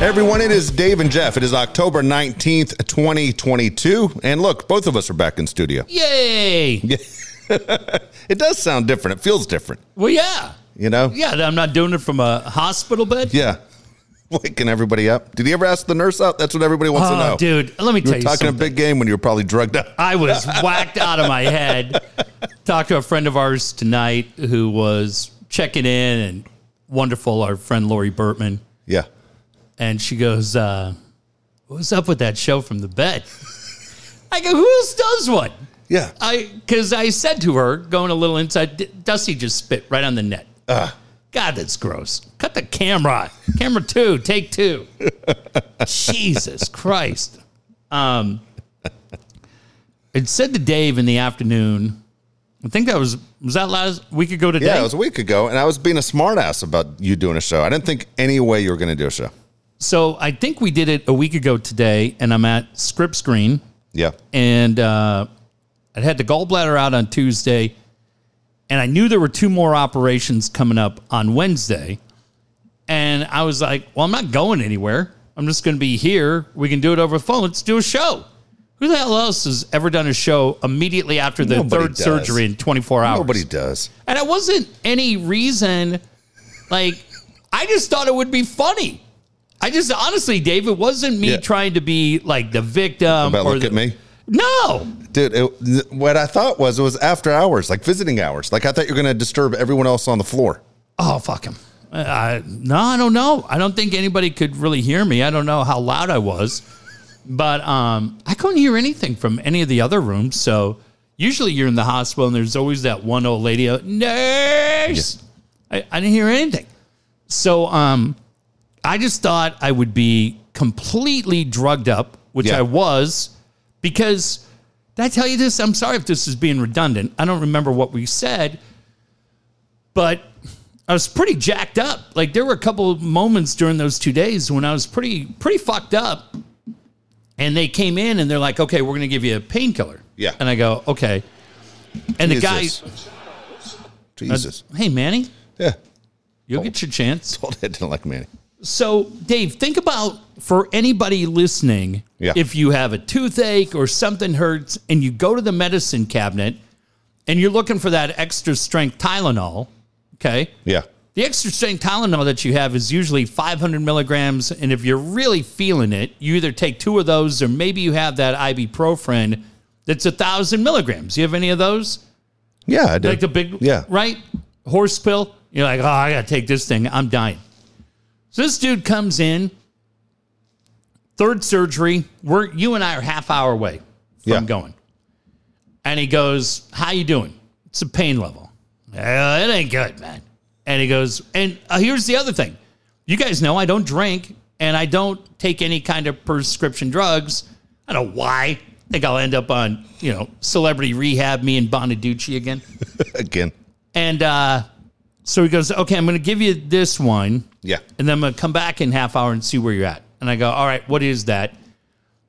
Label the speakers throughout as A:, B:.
A: everyone. It is Dave and Jeff. It is October 19th, 2022. And look, both of us are back in studio.
B: Yay!
A: It does sound different. It feels different,
B: Well, yeah.
A: you know?
B: Yeah, I'm not doing it from a hospital bed.
A: Yeah. Waking everybody up. Did you ever ask the nurse out? That's what everybody wants to
B: Oh,
A: know.
B: dude, let me
A: You
B: tell
A: were
B: you
A: talking a
B: something.
A: big game when you were probably drugged up.
B: I was whacked out of my head. Talked to a friend of ours tonight who was checking in and wonderful, our friend Lori Burtman.
A: Yeah.
B: And she goes, uh, What's up with that show from the bed? I go, Who else does one?
A: Yeah.
B: I Because I said to her, going a little inside, D- Dusty just spit right on the net. God, that's gross. Cut the camera. Camera two, take two. Jesus Christ. Um, it said to Dave in the afternoon. I think that was was that last week ago today.
A: Yeah, it was a week ago, and I was being a smartass about you doing a show. I didn't think any way you were going to do a show.
B: so I think we did it a week ago today, and I'm at Script Screen,
A: Yeah.
B: and uh, I had the gallbladder out on Tuesday, and I knew there were two more operations coming up on Wednesday, and I was like, "Well, I'm not going anywhere. I'm just going to be here. We can do it over the phone. Let's do a show." Who the hell else has ever done a show immediately after the
A: Nobody
B: third
A: does.
B: surgery in 24 hours?
A: Nobody does.
B: And it wasn't any reason. Like, I just thought it would be funny. I just honestly, Dave, it wasn't me
A: Yeah.
B: trying to be like the victim
A: About
B: or
A: look
B: the-
A: at me.
B: No,
A: Dude, it, what I thought was it was after hours, like visiting hours. Like I thought you were going to disturb everyone else on the floor.
B: Oh, fuck him. Uh, no, I don't know. I don't think anybody could really hear me. I don't know how loud I was, but um, I couldn't hear anything from any of the other rooms. So usually you're in the hospital and there's always that one old lady, uh, nurse. I, I didn't hear anything. So um, I just thought I would be completely drugged up, which
A: Yeah.
B: I was, because did I tell you this? I'm sorry if this is being redundant. I don't remember what we said, but I was pretty jacked up. Like there were a couple of moments during those two days when I was pretty pretty fucked up. And they came in and they're like, "Okay, we're going to give you a painkiller."
A: Yeah.
B: And I go, "Okay." And the guy,
A: Jesus.
B: "Hey, Manny,
A: yeah. Oh.
B: you'll get your chance."
A: Told I didn't like Manny.
B: So, Dave, think about for anybody listening,
A: Yeah.
B: if you have a toothache or something hurts and you go to the medicine cabinet and you're looking for that extra strength Tylenol, okay?
A: Yeah.
B: The extra strength Tylenol that you have is usually 500 milligrams. And if you're really feeling it, you either take two of those or maybe you have that ibuprofen that's 1,000 milligrams. You have any of those?
A: Yeah, I did.
B: Like the big,
A: Yeah.
B: right? Horse pill. You're like, oh, I gotta take this thing. I'm dying. So this dude comes in, third surgery. We're you and I are half hour away from
A: Yeah.
B: going, and he goes, "How you doing? It's a pain level. "Yeah, it ain't good, man." And he goes, and uh, here's the other thing. You guys know I don't drink and I don't take any kind of prescription drugs. I don't know why. I think I'll end up on, you know, celebrity rehab, me and Bonaducci again.
A: Again.
B: And uh, so he goes, okay, I'm going to give you this one,
A: Yeah.
B: and then I'm going to come back in half hour and see where you're at. And I go, all right, what is that?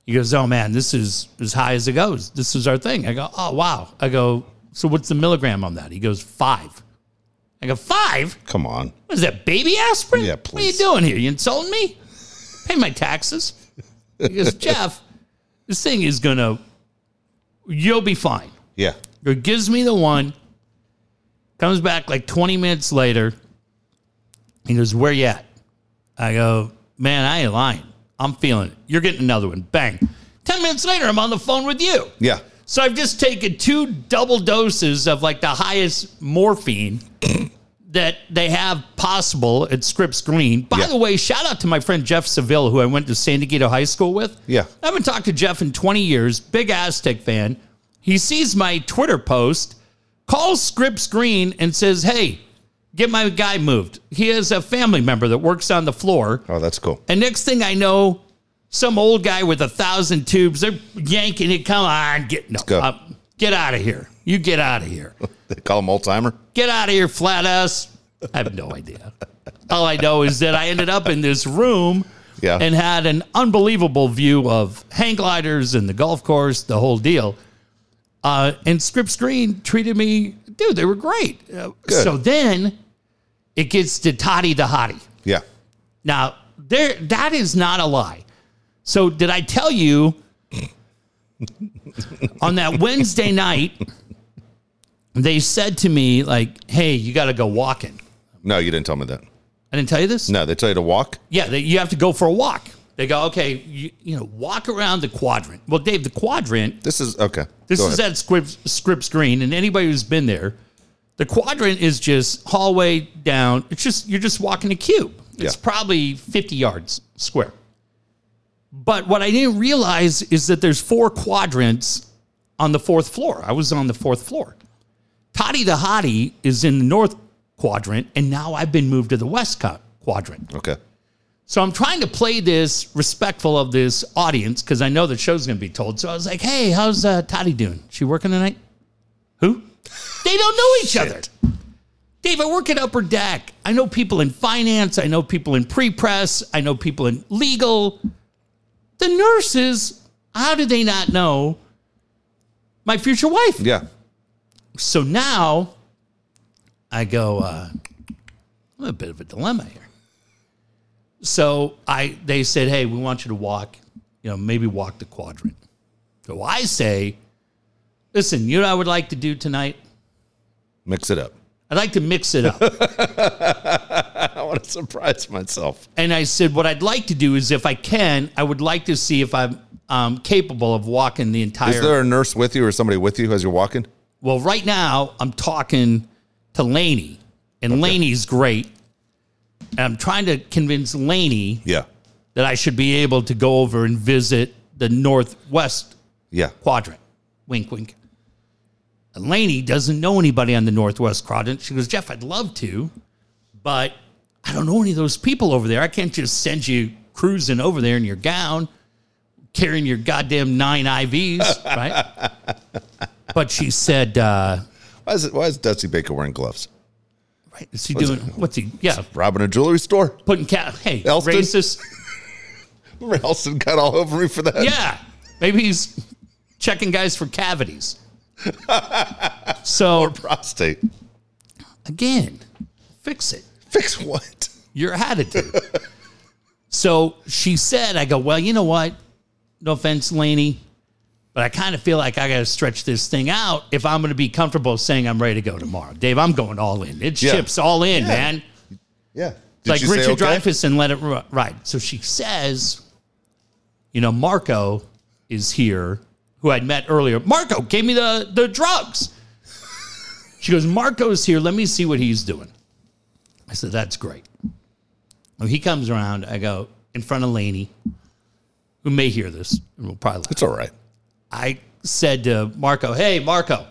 B: He goes, oh man, this is as high as it goes. This is our thing. I go, oh wow. I go, so what's the milligram on that? He goes, five. I go, five?
A: Come on.
B: What is that, baby aspirin?
A: Yeah, please.
B: What are you doing here? You insulting me? Pay my taxes. He goes, Jeff, this thing is going to, you'll be fine.
A: Yeah.
B: Or gives me the one, comes back like 20 minutes later. He goes, Where you at? I go, Man, I ain't lying. I'm feeling it. You're getting another one. Bang. 10 minutes later, I'm on the phone with you.
A: Yeah.
B: So I've just taken two double doses of like the highest morphine that they have possible at Scripps Green. By
A: Yeah.
B: the way, shout out to my friend Jeff Seville, who I went to San Diego High School with.
A: Yeah.
B: I haven't talked to Jeff in 20 years. Big Aztec fan. He sees my Twitter post, calls Scripps Green and says, Hey, get my guy moved. He has a family member that works on the floor.
A: Oh, that's cool.
B: And next thing I know, some old guy with a thousand tubes, they're yanking it. Come on, get no,
A: go.
B: uh, get out of here. You get out of here.
A: They call him old timer.
B: Get out of here, flat ass. I have no idea. All I know is that I ended up in this room
A: Yeah.
B: and had an unbelievable view of hang gliders and the golf course, the whole deal. Uh, and Scripps Green treated me, dude, they were great. Uh,
A: Good.
B: So then it gets to Toddy the Hottie.
A: Yeah.
B: Now, there that is not a lie. So did I tell you on that Wednesday night they said to me like, "Hey, you got to go walking."
A: No, you didn't tell me that.
B: I didn't tell you this?
A: No, they tell you to walk.
B: Yeah, they, you have to go for a walk. They go, "Okay, you, you know, walk around the quadrant." Well, Dave, the quadrant
A: This is okay.
B: This
A: Go
B: is
A: ahead.
B: at Scripps, Scripps Green, and anybody who's been there, the quadrant is just hallway down. It's just you're just walking a cube. It's
A: Yeah.
B: probably 50 yards square. But what I didn't realize is that there's four quadrants on the fourth floor. I was on the fourth floor. Toddy the Hottie is in the north quadrant, and now I've been moved to the west co- quadrant.
A: okay.
B: So I'm trying to play this respectful of this audience because I know the show's going to be told. So I was like, "Hey, how's uh, Toddy doing? She working tonight?" Who? They don't know each other. Dave, I work at Upper Deck. I know people in finance. I know people in pre-press. I know people in legal. The nurses. How do they not know my future wife?
A: Yeah.
B: so now I go, uh, I'm in a bit of a dilemma here. So I they said, hey, we want you to walk, you know, maybe walk the quadrant. So I say, listen, you know what I would like to do tonight?
A: Mix it up.
B: I'd like to mix it up.
A: I want to surprise myself.
B: and I said, what I'd like to do is if I can, I would like to see if I'm um, capable of walking the entire
A: Is there a nurse with you or somebody with you as you're walking?
B: Well, right now I'm talking to Laney, and Laney's great. And I'm trying to convince Laney
A: Yeah.
B: that I should be able to go over and visit the Northwest
A: Yeah.
B: Quadrant. Wink, wink. And Laney doesn't know anybody on the Northwest Quadrant. She goes, Jeff, I'd love to, but I don't know any of those people over there. I can't just send you cruising over there in your gown, carrying your goddamn nine IVs, right? but she said, uh,
A: Why is, it, why is Dusty Baker wearing gloves?
B: Right. Is he doing? What's he? Yeah,
A: Robbing a jewelry store?
B: putting cat. Hey,
A: Elston?
B: racist.
A: Remember Elson got all over me for that?
B: Yeah, maybe he's checking guys for cavities. So
A: Prostate.
B: again, fix it.
A: Fix what?
B: Your attitude. So she said, "I go. Well, you know what? No offense, Laney, but I kind of feel like I got to stretch this thing out if I'm going to be comfortable saying I'm ready to go tomorrow." Dave, I'm going all in. It's
A: Yeah.
B: chips all in, man.
A: Yeah. Did
B: like
A: you say
B: Richard
A: okay?
B: Dreyfus and let it ru- ride. So she says, you know, Marco is here, who I'd met earlier. Marco gave me the, the drugs. She goes, Marco's here. Let me see what he's doing. I said, that's great. When he comes around, I go in front of Laney, who may hear this and will probably laugh.
A: It's all right.
B: I said to Marco, "Hey, Marco,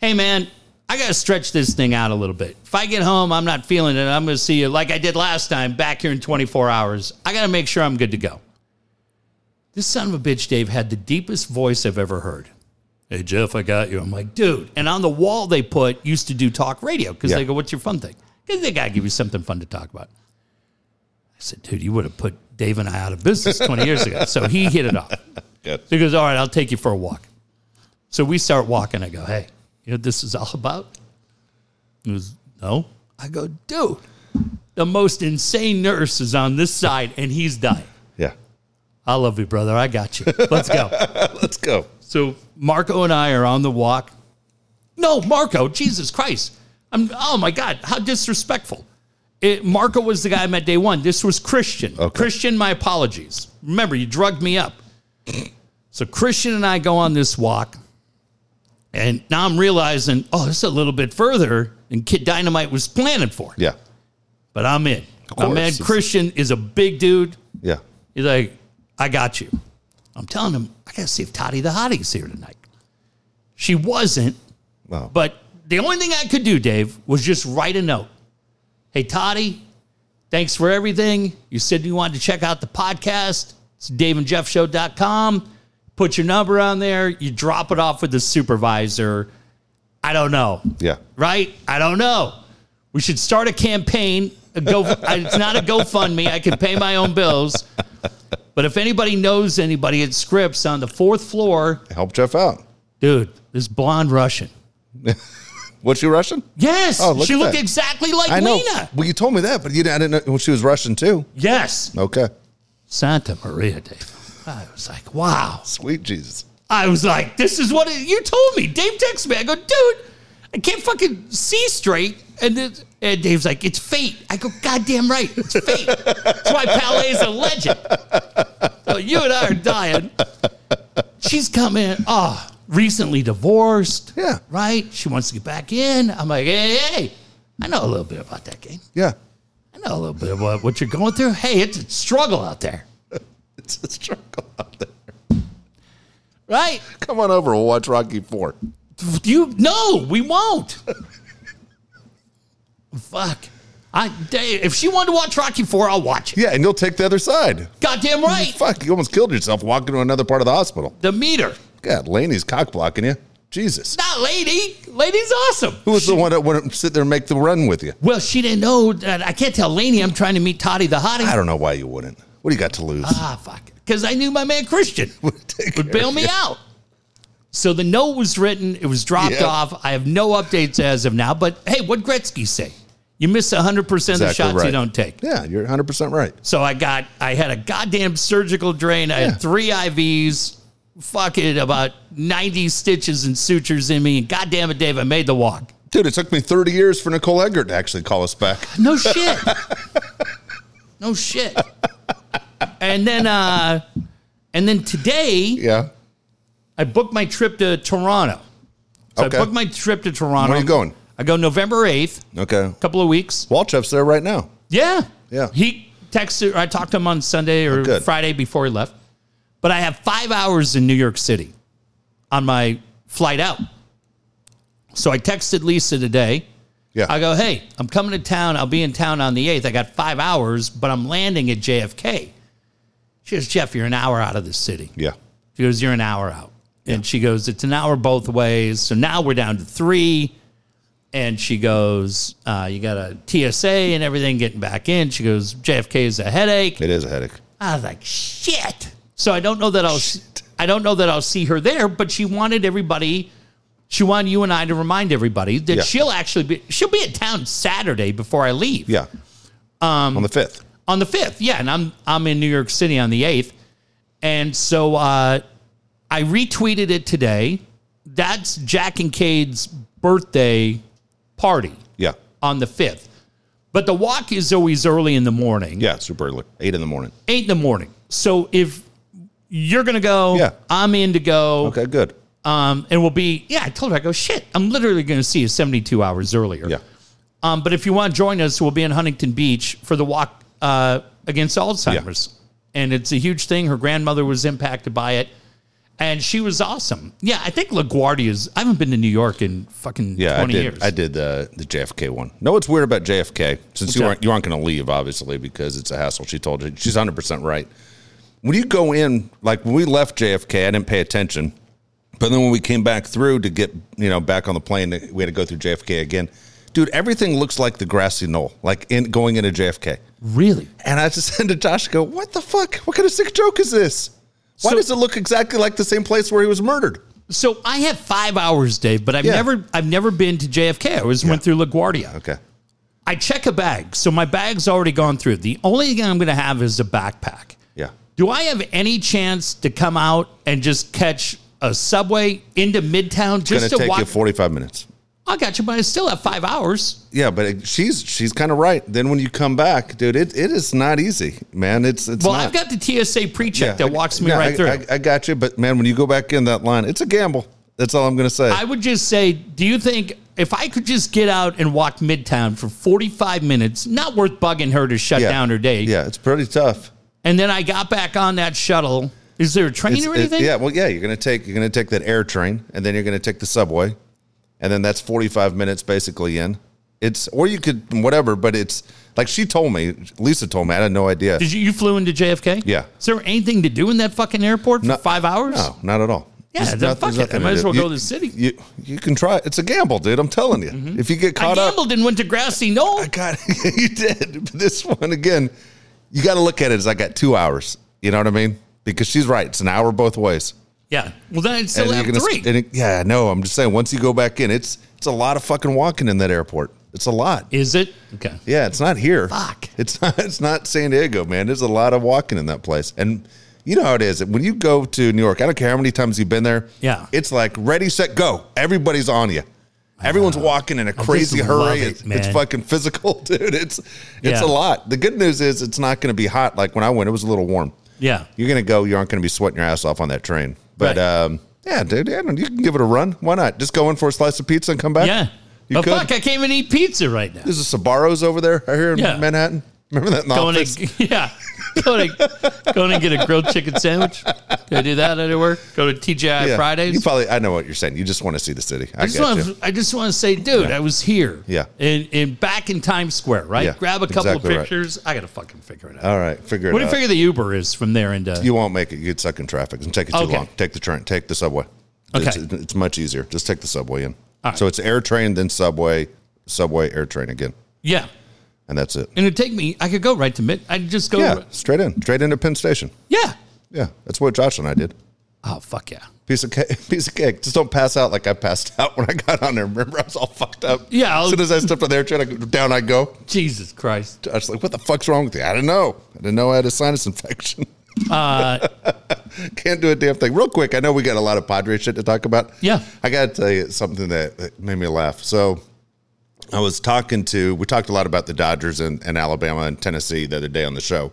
B: hey man, I gotta stretch this thing out a little bit. If I get home, I'm not feeling it. I'm gonna see you like I did last time, back here in 24 hours. I gotta make sure I'm good to go." This son of a bitch, Dave, had the deepest voice I've ever heard. Hey Jeff, I got you. I'm like, dude. And on the wall they put used to do talk radio because
A: Yeah.
B: they go, "What's your fun thing?" 'Cause they gotta give you something fun to talk about. I said, dude, you would have put Dave and I out of business 20 years ago. So he hit it off.
A: Good.
B: So he goes, All right, I'll take you for a walk. So we start walking. I go, Hey, you know what this is all about? He goes, No. I go, Dude, the most insane nurse is on this side and he's dying.
A: Yeah.
B: I love you, brother. I got you. Let's go.
A: Let's go.
B: So Marco and I are on the walk. No, Marco, Jesus Christ. I'm oh my God, how disrespectful. It, Marco was the guy I met day one. This was Christian.
A: Okay.
B: Christian, my apologies. Remember, you drugged me up. so Christian and I go on this walk. And now I'm realizing, oh, this is a little bit further than Kid Dynamite was planning for.
A: Yeah.
B: But I'm in. My
A: course.
B: man Christian is a big dude.
A: Yeah.
B: He's like, I got you. I'm telling him, I got to see if Toddy the Hottie's here tonight. She wasn't,
A: Wow.
B: but the only thing I could do, Dave, was just write a note. Hey, Toddy, thanks for everything. You said you wanted to check out the podcast. It's daveandjeffshow.com. Put your number on there. You drop it off with the supervisor. I don't know
A: yeah.
B: right? I don't know. We should start a campaign. A go, it's not a GoFundMe. I can pay my own bills. But if anybody knows anybody at Scripps on the fourth floor,
A: Help Jeff out.
B: dude, this blonde Russian.
A: Was she Russian?
B: Yes,
A: Oh, look
B: she
A: at
B: looked
A: that.
B: exactly like
A: I know.
B: Lena.
A: Well, you told me that, but you didn't, I didn't know well, she was Russian too.
B: Yes,
A: Okay.
B: Santa Maria, Dave. I was like, wow.
A: Sweet Jesus.
B: I was like, this is what it, you told me. Dave texted me. I go, dude, I can't fucking see straight. And, then, and Dave's like, it's fate. I go, goddamn right, it's fate. That's why Palais is a legend. So you and I are dying. She's coming, oh, recently divorced.
A: Yeah.
B: Right? She wants to get back in. I'm like, hey, hey, I know a little bit about that game.
A: Yeah.
B: I know a little bit about what you're going through. Hey, it's a struggle out there,
A: It's a struggle out there.
B: right?
A: Come on over. We'll watch Rocky Four.
B: You no, we won't. Fuck. I da- if she wanted to watch Rocky Four, I'll watch it.
A: Yeah, and you'll take the other side.
B: Goddamn right.
A: Fuck, you almost killed yourself walking to another part of the hospital.
B: The meter.
A: God, Laney's cock blocking you. Jesus.
B: Not lady. Lady's awesome.
A: Who was the one that wouldn't sit there and make the run with you?
B: Well, she didn't know that I can't tell Laney I'm trying to meet Toddy the
A: I
B: hottie.
A: don't know why you wouldn't. What do you got to lose?
B: Ah, fuck. Because I knew my man Christian would bail me out. So the note was written, it was dropped
A: Yeah.
B: off. I have no updates as of now, but hey, what Gretzky say? You miss 100% of the
A: Exactly
B: shots you
A: right.
B: don't take.
A: Yeah, you're 100% right.
B: So I got, I had a goddamn surgical drain. I
A: Yeah.
B: had three IVs, fucking about 90 stitches and sutures in me. And goddamn it, Dave, I made the walk.
A: Dude, it took me 30 years for Nicole Eggert to actually call us back.
B: No shit. no shit. And then, uh, and then today
A: Yeah.
B: I booked my trip to Toronto. So
A: Okay.
B: I booked my trip to Toronto.
A: Where are you going?
B: I go November 8th,
A: Okay.
B: couple of weeks.
A: Walchup's there right now.
B: Yeah.
A: Yeah. Oh,
B: He texted, I talked to him on Sunday or
A: good.
B: Friday before he left. But I have five hours in New York City on my flight out. So I texted Lisa today.
A: Yeah.
B: I go, hey, I'm coming to town. I'll be in town on the 8th. I got five hours, but I'm landing at JFK. She goes, Jeff, you're an hour out of the city.
A: yeah.
B: She goes, You're an hour out. And she goes, It's an hour both ways. So now we're down to three. And she goes, uh, You got a TSA and everything getting back in. She goes, JFK is a headache.
A: It is a headache.
B: I was like, Shit. So I don't know that I'll. I don't know that I'll see her there, but she wanted everybody. She wanted you and I to remind everybody that
A: Yeah.
B: she'll actually be. She'll be in town Saturday before I leave
A: Yeah. Um, On the 5th.
B: on the fifth. Yeah, and I'm I'm in New York City on the eighth, and so uh, I retweeted it today. That's Jack and Cade's birthday party
A: Yeah.
B: on the fifth, but the walk is always early in the morning,
A: Yeah, super early. 8 in the morning.
B: eight in the morning. So if you're gonna go,
A: Yeah.
B: I'm in to go.
A: Okay, good.
B: Um, and we'll be yeah. I told her I go shit. I'm literally gonna see you 72 hours earlier.
A: Yeah.
B: Um, but if you want to join us, we'll be in Huntington Beach for the walk uh, against Alzheimer's. And it's a huge thing. Her grandmother was impacted by it. And she was awesome. Yeah, I think LaGuardia's. I haven't been to New York in fucking
A: Yeah, I
B: 20
A: did.
B: years.
A: I did the the JFK one. No, what's weird about JFK since you
B: Okay.
A: aren't you aren't going to leave obviously because it's a hassle. She told you she's hundred percent right. When you go in, like when we left JFK, I didn't pay attention, but then when we came back through to get you know back on the plane, we had to go through JFK again. Dude, everything looks like the grassy knoll, like in going into JFK.
B: really?
A: And I just said to Josh, I "Go, what the fuck? What kind of sick joke is this? Why
B: So-
A: does it look exactly like the same place where he was murdered?"
B: So I have five hours, Dave, but I've
A: Yeah.
B: never I've never been to JFK. I always went through LaGuardia.
A: Okay,
B: I check a bag. So my bag's already gone through. The only thing I'm going to have is a backpack.
A: yeah,
B: Do I have any chance to come out and just catch a subway into Midtown
A: going
B: just
A: to
B: to
A: take
B: walk?
A: you forty five minutes.
B: I got you, but I still have five hours.
A: Yeah, but it- she's she's kind of right. Then when you come back, dude, it, it is not easy, man. It's it's
B: Well,
A: not.
B: I've got the TSA
A: Yeah,
B: pre-check that
A: I-
B: walks me
A: yeah,
B: right
A: I,
B: through. I,
A: I, I got you, but man, when you go back in that line, it's a gamble. That's all I'm gonna say.
B: would just say, do you think if I could just get out and walk Midtown for 45 minutes, not worth bugging her to shut
A: yeah.
B: down her day,
A: Yeah, it's pretty tough.
B: and then I got back on that shuttle. Is there a train
A: It's-
B: or
A: it-
B: anything?
A: yeah, well, yeah, you're gonna take you're gonna take that air train, and then you're gonna take the subway, and then that's 45 minutes basically in. It's or you could whatever, but it's like she told me, Lisa told me, I had no idea.
B: Did you, you flew into JFK?
A: Yeah.
B: Is there anything to do in that fucking airport for
A: No-
B: five hours?
A: No, not at all.
B: Yeah,
A: There's
B: then
A: noth-
B: fuck
A: there's
B: it. I
A: nothing
B: might as
A: do.
B: well go
A: You-
B: to the city. Mm-hmm.
A: You you can try. it. It's a gamble, dude. I'm telling you. If you get
B: I
A: caught up,
B: gambled and went to Grassy Knoll.
A: I got you did. But this one again, you got to look at it as I got two hours. You know what I mean? Because she's right. It's an hour both ways.
B: Yeah. Well, then I'd still
A: you're
B: have
A: gonna-
B: three.
A: and it- yeah, no, I'm just saying. Once you go back in, it's it's a lot of fucking walking in that airport. It's a lot.
B: Is it? Okay.
A: Yeah, it's not here.
B: Fuck.
A: It's not. It's not San Diego, man. There's a lot of walking in that place, and you know how it is. When you go to New York, I don't care how many times you've been there.
B: Yeah.
A: it's like ready, set, go. Everybody's on you. Everyone's walking in a crazy
B: love
A: hurry.
B: it,
A: it's, it's
B: man.
A: fucking physical, dude. It's it's
B: Yeah.
A: a lot. The good news is it's not going to be hot. Like when I went, it was a little warm.
B: Yeah.
A: You're going to go. You aren't going to be sweating your ass off on that train. But
B: Right.
A: um, yeah, dude, yeah, you can give it a run. Why not? Just go in for a slice of pizza and come back.
B: Yeah.
A: you
B: but
A: could.
B: fuck, I can't even eat pizza right now.
A: There's a Sabaros over there right here in
B: Yeah.
A: Manhattan. Remember that in the
B: Going
A: office?
B: to, yeah. Going to, going to get a grilled chicken sandwich. Can I do that anywhere? Go to TGI
A: Yeah.
B: Fridays.
A: You probably I know what you're saying. You just want to see the city. I,
B: I
A: get
B: just want
A: you.
B: to, I just want to say, dude, I was here.
A: Yeah.
B: In, in back in Times Square, right?
A: Yeah,
B: Grab a couple
A: exactly
B: of
A: right.
B: pictures. I got to fucking figure it out.
A: All right, figure it
B: what do you
A: out.
B: figure the Uber is from there into?
A: you won't make it. You'd suck in traffic and take it too
B: Okay.
A: long. Take the train. Take the subway.
B: Okay.
A: It's, it's much easier. Just take the subway in.
B: All right.
A: So it's air train, then subway, subway, air train again,
B: yeah.
A: and that's it.
B: And it'd take me, I could go right to mid. I'd just go.
A: Yeah, straight in, straight into Penn Station.
B: yeah.
A: Yeah, that's what Josh and I did.
B: Oh, fuck yeah.
A: Piece of cake, piece of cake. Just don't pass out like I passed out when I got on there. Remember, I was all fucked up.
B: Yeah, I'll-
A: as soon as I stepped on the air train, I, go- down I go.
B: Jesus Christ.
A: I was like, "What the fuck's wrong with you?" I didn't know. I didn't know I had a sinus infection.
B: Uh,
A: Can't do a damn thing. Real quick, I know we got a lot of Padre shit to talk about.
B: Yeah.
A: I got to tell you something that that made me laugh. So, I was talking to. We talked a lot about the Dodgers and, and Alabama and Tennessee the other day on the show.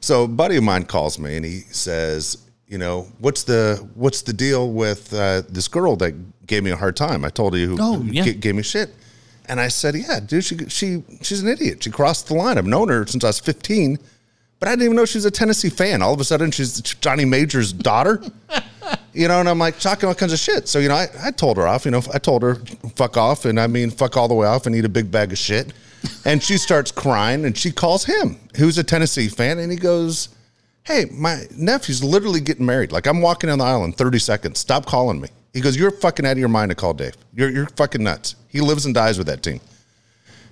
A: So, a buddy of mine calls me and he says, "You know, what's the what's the deal with uh, this girl that gave me a hard time? I told you who
B: Oh, yeah.
A: g- gave me shit." And I said, "Yeah, dude, she she she's an idiot. She crossed the line. I've known her since I was 15, but I didn't even know she's a Tennessee fan. All of a sudden, she's Johnny Major's daughter." you know, and I'm like talking all kinds of shit. So, you know, I, I told her off, you know, I told her fuck off and I mean fuck all the way off and eat a big bag of shit. And she starts crying and she calls him, who's a Tennessee fan, and he goes, Hey, my nephew's literally getting married. Like I'm walking down the aisle in 30 seconds. Stop calling me. He goes, You're fucking out of your mind to call Dave. You're you're fucking nuts. He lives and dies with that team.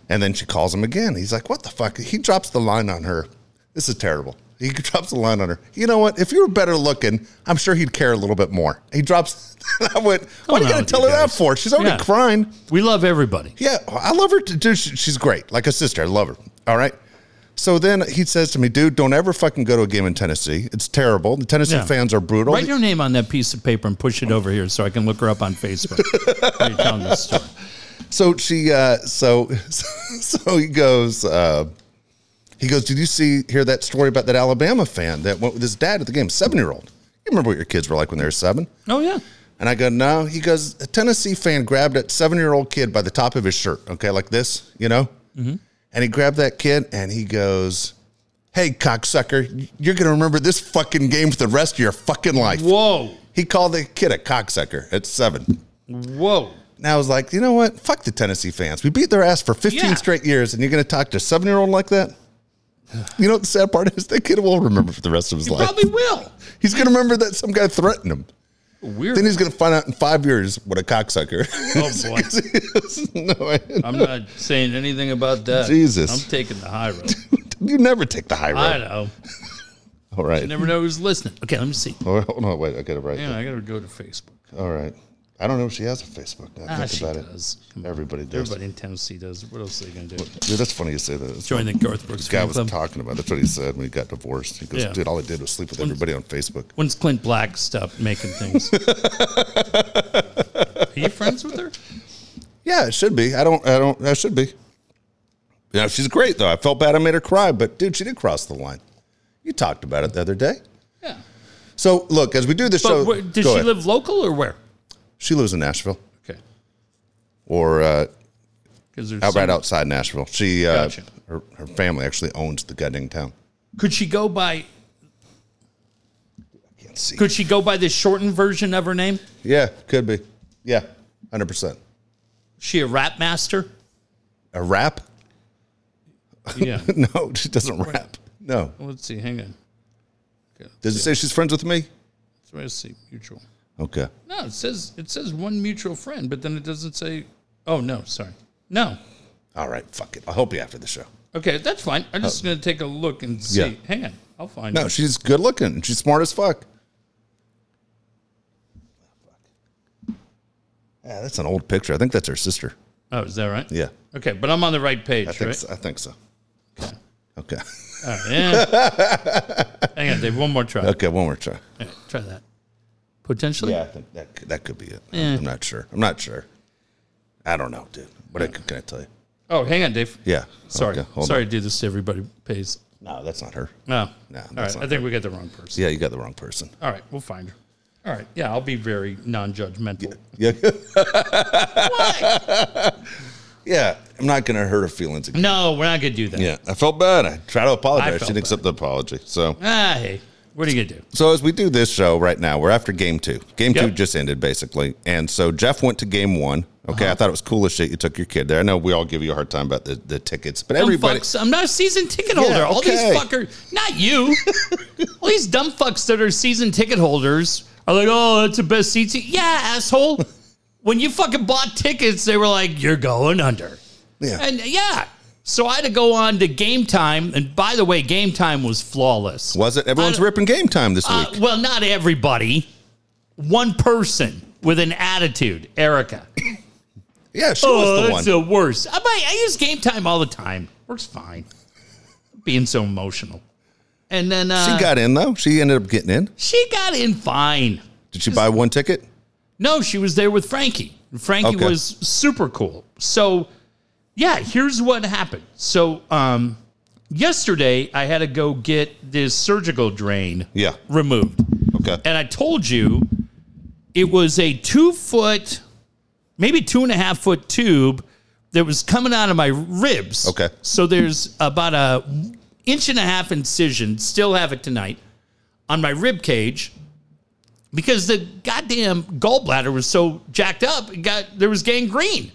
A: And then she calls him again. He's like, What the fuck? He drops the line on her. This is terrible. He drops the line on her. You know what? If you were better looking, I'm sure he'd care a little bit more. He drops. I went, What are
B: Hold
A: you
B: on
A: going
B: with
A: to tell
B: you
A: her that
B: guys.
A: for? She's already
B: Yeah.
A: crying.
B: We love everybody.
A: Yeah, I love her. To, dude, she- she's great. Like a sister. I love her. All right. So then he says to me, Dude, don't ever fucking go to a game in Tennessee. It's terrible. The Tennessee
B: Yeah.
A: fans are brutal.
B: Write your name on that piece of paper and push it over here so I can look her up on Facebook. while you're telling this story.
A: so she uh so so he goes uh he goes did you see hear that story about that alabama fan that went with his dad at the game seven year old you remember what your kids were like when they were seven
B: Oh, yeah.
A: and i go no he goes a tennessee fan grabbed that seven year old kid by the top of his shirt okay like this you know
B: Mm-hmm.
A: and he grabbed that kid and he goes hey cocksucker you're gonna remember this fucking game for the rest of your fucking life
B: Whoa.
A: he called the kid a cocksucker at seven
B: Whoa.
A: and I was like, you know what? Fuck the Tennessee fans. We beat their ass for 15
B: Yeah.
A: straight years, and you're going to talk to a seven year old like that? You know what the sad part is? That kid will remember for the rest of his life.
B: Probably will.
A: He's going to remember that some guy threatened him.
B: Weird.
A: Then he's going to find out in five years what a cocksucker. is.
B: Oh, boy.
A: 'Cause he has no idea.
B: I'm not saying anything about that.
A: Jesus.
B: I'm taking the high road.
A: you never take the high
B: I
A: road.
B: know.
A: All right.
B: Never know who's listening. Okay, let me see.
A: Oh, hold on. Wait. I got it right.
B: Yeah, I gotta go to Facebook.
A: All right. I don't know if she has a Facebook. Now.
B: Ah,
A: think
B: she
A: about it.
B: does.
A: Everybody does.
B: Everybody in Tennessee does. What else are they gonna do?
A: Dude, that's funny you say that. That's
B: Join the Garth Brooks
A: guy
B: fan
A: was
B: club.
A: talking about. That's what he said when he got divorced. He goes,
B: Yeah.
A: dude, all I did was sleep with everybody on Facebook.
B: When's Clint Black stop making things? are you friends with her?
A: Yeah, it should be. I don't. I don't. I should be. Yeah, she's great though. I felt bad. I made her cry, but dude, she did cross the line. You talked about it the other day.
B: Yeah.
A: So look, as we do the
B: But
A: show,
B: where, does
A: go
B: she
A: ahead.
B: live local or where?
A: She lives in Nashville,
B: Okay.
A: or uh,
B: Because there's
A: out right
B: some-
A: outside Nashville. She, uh,
B: Gotcha.
A: her, her family actually owns the goddamn town.
B: Could she go by?
A: Can't see.
B: Could she go by the shortened version of her name?
A: yeah, could be. Yeah, hundred percent.
B: Is she a rap master?
A: A rap?
B: Yeah.
A: No, she doesn't rap. No.
B: Let's see. Hang on. Okay.
A: Does it say she's friends with me?
B: Let's see. Mutual.
A: Okay.
B: No, it says it says one mutual friend, but then it doesn't say. Oh no, sorry. No.
A: All right. Fuck it. I'll help you after the show.
B: Okay, that's fine. I'm just gonna take a look and see.
A: Oh. Yeah.
B: Hang on, I'll find.
A: No,
B: it.
A: she's good looking. She's smart as fuck. Ah, Yeah, that's an old picture. I think that's her sister.
B: Oh, is that right?
A: Yeah,
B: Okay, but I'm on the right page,
A: I think
B: right?
A: so. I think so. Okay.
B: All right, yeah. Hang on, Dave. One more try.
A: Okay, one more try.
B: All right, try that. Potentially.
A: Yeah, I think that could- that could be it. I'm not sure. I'm not sure. I don't know, dude. What I can, can I tell you?
B: Oh, hang on, Dave.
A: Yeah.
B: Sorry.
A: Okay, hold
B: Sorry
A: on.
B: to do this to everybody. Pays.
A: No, that's not her.
B: No.
A: No,
B: All right.
A: that's
B: I
A: not
B: think we got the wrong person.
A: Yeah, you got the wrong person.
B: All right. We'll find her. All right. Yeah, I'll be very non-judgmental.
A: Yeah. yeah, I'm not going to hurt her feelings again.
B: No, we're not gonna do that.
A: Yeah, I felt bad. I tried to
B: I
A: apologize. She
B: felt
A: didn't accept the apology. So,
B: Ah, hey, what are you gonna do?
A: so as we do this show right now, we're after game two. Game two
B: Yep.
A: just ended, basically. And so Jeff went to game one. Okay,
B: Uh-huh.
A: I thought it was cool as shit you took your kid there. I know we all give you a hard time about the, the tickets, but
B: Dumb
A: everybody.
B: fucks. I'm not a season ticket holder. All these
A: okay.
B: fuckers, not you. All these dumb fucks that are season ticket holders are like, oh, that's the best seats. Yeah, asshole. when you fucking bought tickets, they were like, you're going under.
A: Yeah.
B: And yeah. So I had to go on to game time. And by the way, game time was flawless.
A: Was it? Everyone's
B: I-
A: ripping game time this
B: Uh,
A: week.
B: well, not everybody. One person with an attitude, Erica.
A: Yeah, she
B: Oh,
A: was the
B: that's
A: one.
B: the worst. I, might- I use game time all the time. Works fine. Being so emotional. And then uh,
A: she got in though. She ended up getting in.
B: she got in fine.
A: Did she buy one ticket?
B: No, she was there with Frankie. Frankie
A: Okay.
B: was super cool. So, yeah, here's what happened. So, um, yesterday I had to go get this surgical drain
A: Yeah.
B: removed.
A: Okay.
B: And I told you it was a two foot, maybe two and a half foot tube that was coming out of my ribs.
A: Okay.
B: So there's about a inch and a half incision, still have it tonight, on my rib cage because the goddamn gallbladder was so jacked up, it got there was gangrene.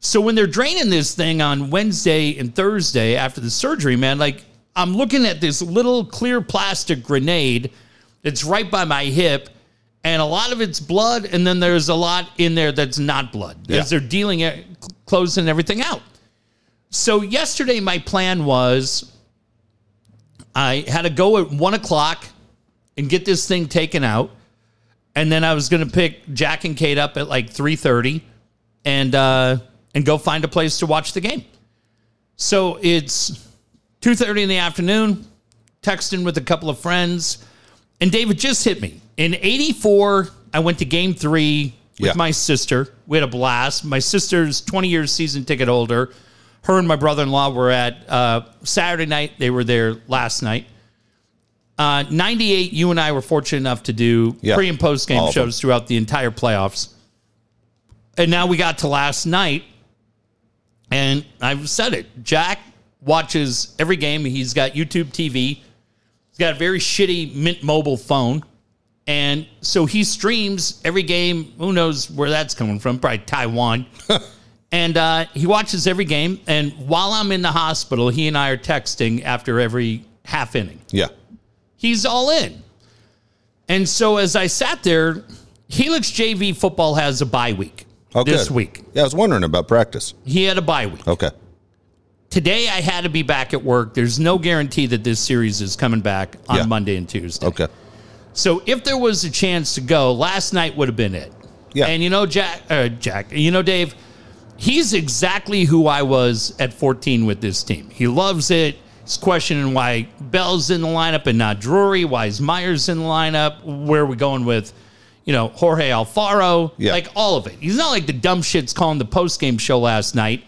B: So when they're draining this thing on Wednesday and Thursday after the surgery, man, like I'm looking at this little clear plastic grenade that's right by my hip, and a lot of it's blood, and then there's a lot in there that's not blood
A: Yeah.
B: as they're dealing it, closing everything out. So yesterday, my plan was I had to go at one o'clock and get this thing taken out, and then I was going to pick Jack and Kate up at like three thirty and uh, and go find a place to watch the game. So it's two thirty in the afternoon. Texting with a couple of friends, and David just hit me in '84. I went to Game Three with
A: Yeah.
B: my sister. We had a blast. My sister's 20 year season ticket holder. Her and my brother in law were at uh, Saturday night. They were there last night. Uh, 98, you and I were fortunate enough to do
A: Yeah.
B: pre and post
A: All
B: game
A: of them.
B: shows throughout the entire playoffs and now we got to last night, and I've said it. Jack watches every game. He's got YouTube TV. He's got a very shitty Mint Mobile phone, and so he streams every game. Who knows where that's coming from? Probably Taiwan. and uh, he watches every game. And while I'm in the hospital, he and I are texting after every half inning
A: Yeah.
B: he's all in. And so as I sat there, Helix JV football has a bye week
A: Oh,
B: this
A: good.
B: week.
A: Yeah, I was wondering about practice.
B: He had a bye week.
A: Okay.
B: Today I had to be back at work. There's no guarantee that this series is coming back on
A: Yeah.
B: Monday and Tuesday.
A: Okay.
B: So if there was a chance to go, last night would have been it.
A: Yeah.
B: And you know, Jack, uh, Jack, you know, Dave, he's exactly who I was at 14 with this team. He loves it. He's questioning why Bell's in the lineup and not Drury. Why is Myers in the lineup? Where are we going with, you know, Jorge Alfaro?
A: Yeah.
B: Like all of it. He's not like the dumb shits calling the postgame show last night,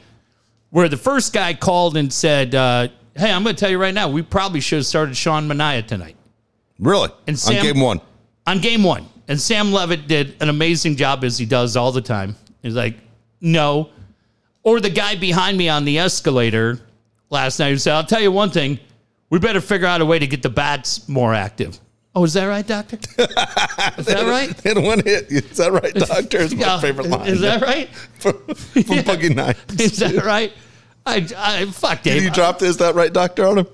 B: where the first guy called and said, uh, "Hey, I'm going to tell you right now, we probably should have started Sean Mania tonight."
A: Really?
B: And Sam-
A: on game one.
B: on game one. And Sam Levitt did an amazing job as he does all the time. He's like, no. Or the guy behind me on the escalator last night who said, I'll tell you one thing, we better figure out a way to get the bats more active. Oh, is that right, Doctor? Is that right?
A: In one hit. Is that right, Doctor? Is my
B: Yeah.
A: favorite line.
B: Is that right?
A: from, from Buggy Nine?
B: Is that right? I, I fuck
A: Did
B: Dave.
A: you drop the is that right, Doctor on him?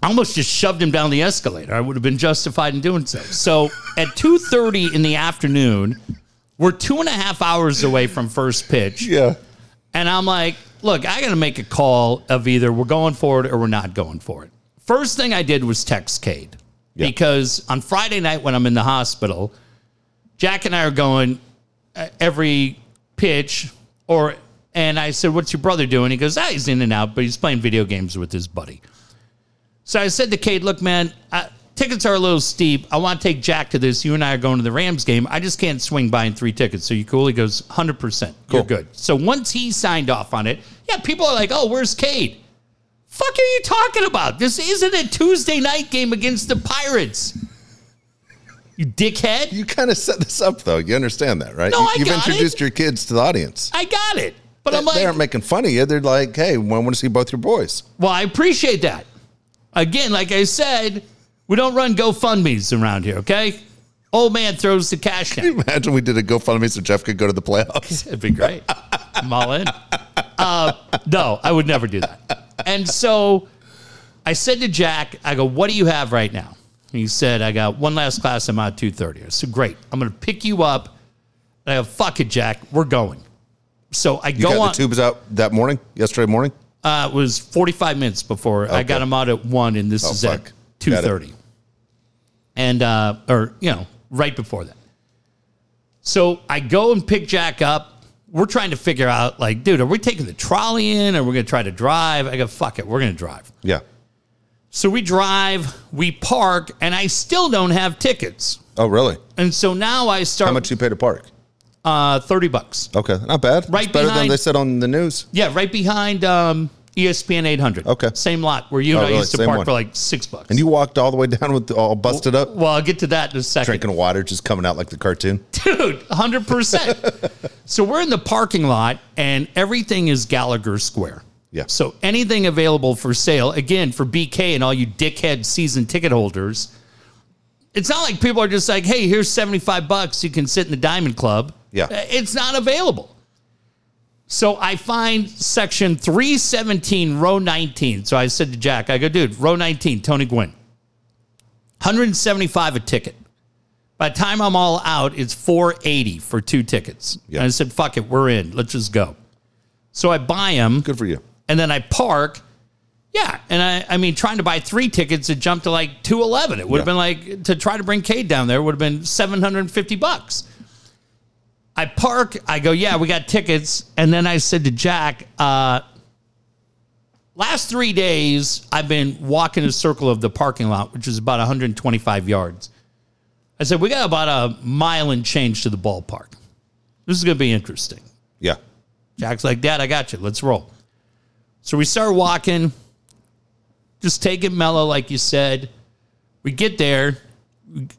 B: I almost just shoved him down the escalator. I would have been justified in doing so. So at two thirty in the afternoon, we're two and a half hours away from first pitch.
A: Yeah.
B: And I'm like, look, I got to make a call of either we're going for it or we're not going for it. First thing I did was text Cade
A: Yeah.
B: because on Friday night when I'm in the hospital, Jack and I are going uh, every pitch or and I said, What's your brother doing? He goes, Ah, he's in and out, but he's playing video games with his buddy. So I said to Kate, Look, man, uh, tickets are a little steep. I want to take Jack to this. You and I are going to the Rams game. I just can't swing buying three tickets. So you cool? He goes, 100%. You're
A: Cool.
B: good. So once he signed off on it, yeah, people are like, Oh, where's Kate? Fuck are you talking about? This isn't a Tuesday night game against the Pirates. You dickhead.
A: You kind of set this up, though. You understand that, right?
B: No,
A: you,
B: I
A: You've
B: got
A: introduced your kids to the audience.
B: I got it. But I'm
A: they,
B: like,
A: they aren't making fun of you. They're like, hey, I want to see both your boys.
B: Well, I appreciate that. Again, like I said, we don't run GoFundMe's around here, okay? Old man throws the cash now.
A: Imagine we did a GoFundMe so Jeff could go to the playoffs.
B: It'd be great. I'm all in. Uh, no, I would never do that. And so I said to Jack, I go, what do you have right now? And he said, I got one last class. I'm out at 2.30. I said, great. I'm going to pick you up. And I go, fuck it, Jack. We're going. So I
A: You
B: go
A: got
B: on.
A: the tubes out that morning, yesterday morning.
B: Uh, it was 45 minutes before I got him out at one, and this
A: Oh,
B: is
A: fuck.
B: at two
A: Got it.
B: thirty, and uh, or you know right before that. So I go and pick Jack up. We're trying to figure out like, dude, are we taking the trolley in, or we're gonna try to drive? I go, fuck it, we're gonna drive.
A: Yeah.
B: So we drive, we park, and I still don't have tickets.
A: Oh, really?
B: And so now I start
A: How much you pay to park?
B: uh, thirty bucks.
A: Okay, not bad.
B: Right
A: it's better than
B: behind-
A: they said on the news.
B: Yeah, right behind um, ESPN eight hundred.
A: Okay.
B: same lot where you and
A: Oh,
B: I
A: really?
B: used to
A: Same
B: park
A: one.
B: for like six bucks.
A: And you walked all the way down with all busted up,
B: Well, I'll get to that in a second.
A: drinking water, just coming out like the cartoon.
B: Dude, 100%. so we're in the parking lot and everything is Gallagher Square.
A: Yeah.
B: So anything available for sale, again, for BK and all you dickhead season ticket holders, it's not like people are just like, hey, here's 75 bucks. You can sit in the Diamond Club. Uh,
A: Yeah.
B: It's not available. So I find section 317, row 19. So I said to Jack, I go, dude, row 19, Tony Gwynn. 175 a ticket. By the time I'm all out, it's 480 for two tickets.
A: Yeah.
B: And I said, fuck it, we're in. Let's just go. So I buy them
A: Good for you.
B: and then I park. Yeah. And I, I mean, trying to buy three tickets, it jumped to like 211. It would have
A: Yeah.
B: been like to try to bring Cade down there would have been 750 bucks. I park. I go, yeah, we got tickets. And then I said to Jack, uh, last three days, I've been walking a circle of the parking lot, which is about 125 yards. I said, we got about a mile and change to the ballpark. This is going to be interesting.
A: Yeah.
B: Jack's like, Dad, I got you. Let's roll. So we start walking, just take it mellow, like you said. We get there,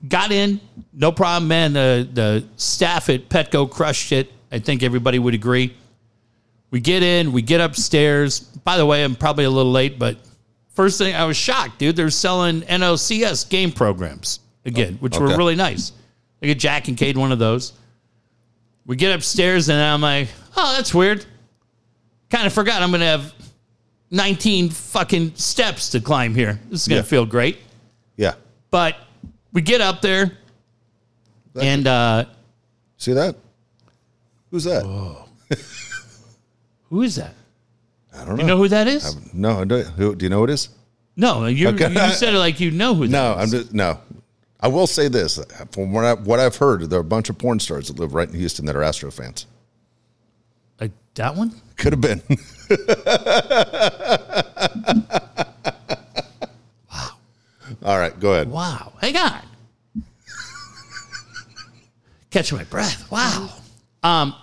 B: got in, no problem, man. The, the staff at Petco crushed it. I think everybody would agree. We get in, we get upstairs. By the way, I'm probably a little late, but first thing I was shocked, dude. They're selling NLCS game programs again, which were
A: okay.
B: really nice. I get Jack and Cade one of those. We get upstairs, and I'm like, oh, that's weird. Kind of forgot I'm going to have 19 fucking steps to climb here. This is going to
A: Yeah.
B: feel great.
A: Yeah.
B: But we get up there,
A: That-
B: and uh,
A: See that? Who's that?
B: Oh. who is that?
A: I don't know.
B: You know who that is?
A: no, I don't- who, do you know who it is?
B: No, you,
A: Okay.
B: you said it like you know who that
A: No,
B: is.
A: I'm just no. I will say this: from what, I, what I've heard, there are a bunch of porn stars that live right in Houston that are Astro fans.
B: Like that one?
A: Could have been. wow. All right, go ahead.
B: Wow. Hang on. Catching my breath. Wow. Um,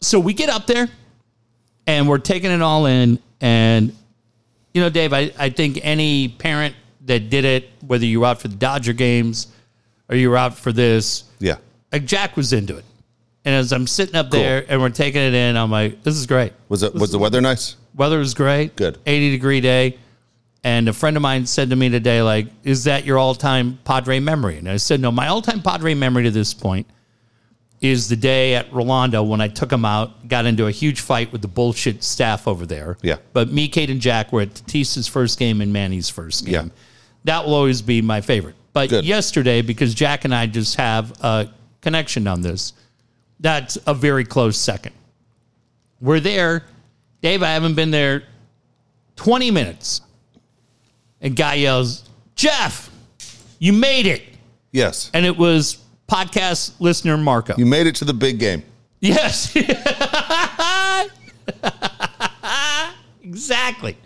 B: so we get up there and we're taking it all in. And, you know, Dave, I, I think any parent that did it, whether you were out for the Dodger games or you were out for this,
A: Yeah.
B: like Jack was into it. And as I'm sitting up there and we're taking it in, I'm like, this is great.
A: Was it was the weather nice?
B: Weather was great.
A: Good.
B: 80 degree day. And a friend of mine said to me today, like, is that your all time Padre memory? And I said, no, my all time Padre memory to this point is the day at Rolando when I took him out, got into a huge fight with the bullshit staff over there.
A: Yeah.
B: But me, Kate, and Jack were at Tatis's first game and Manny's first game.
A: Yeah.
B: That will always be my favorite. But
A: Good.
B: yesterday, because Jack and I just have a connection on this, that's a very close second. We're there. Dave, I haven't been there 20 minutes. And guy yells, Jeff, you made it.
A: Yes.
B: And it was podcast listener Marco.
A: You made it to the big game.
B: Yes. exactly.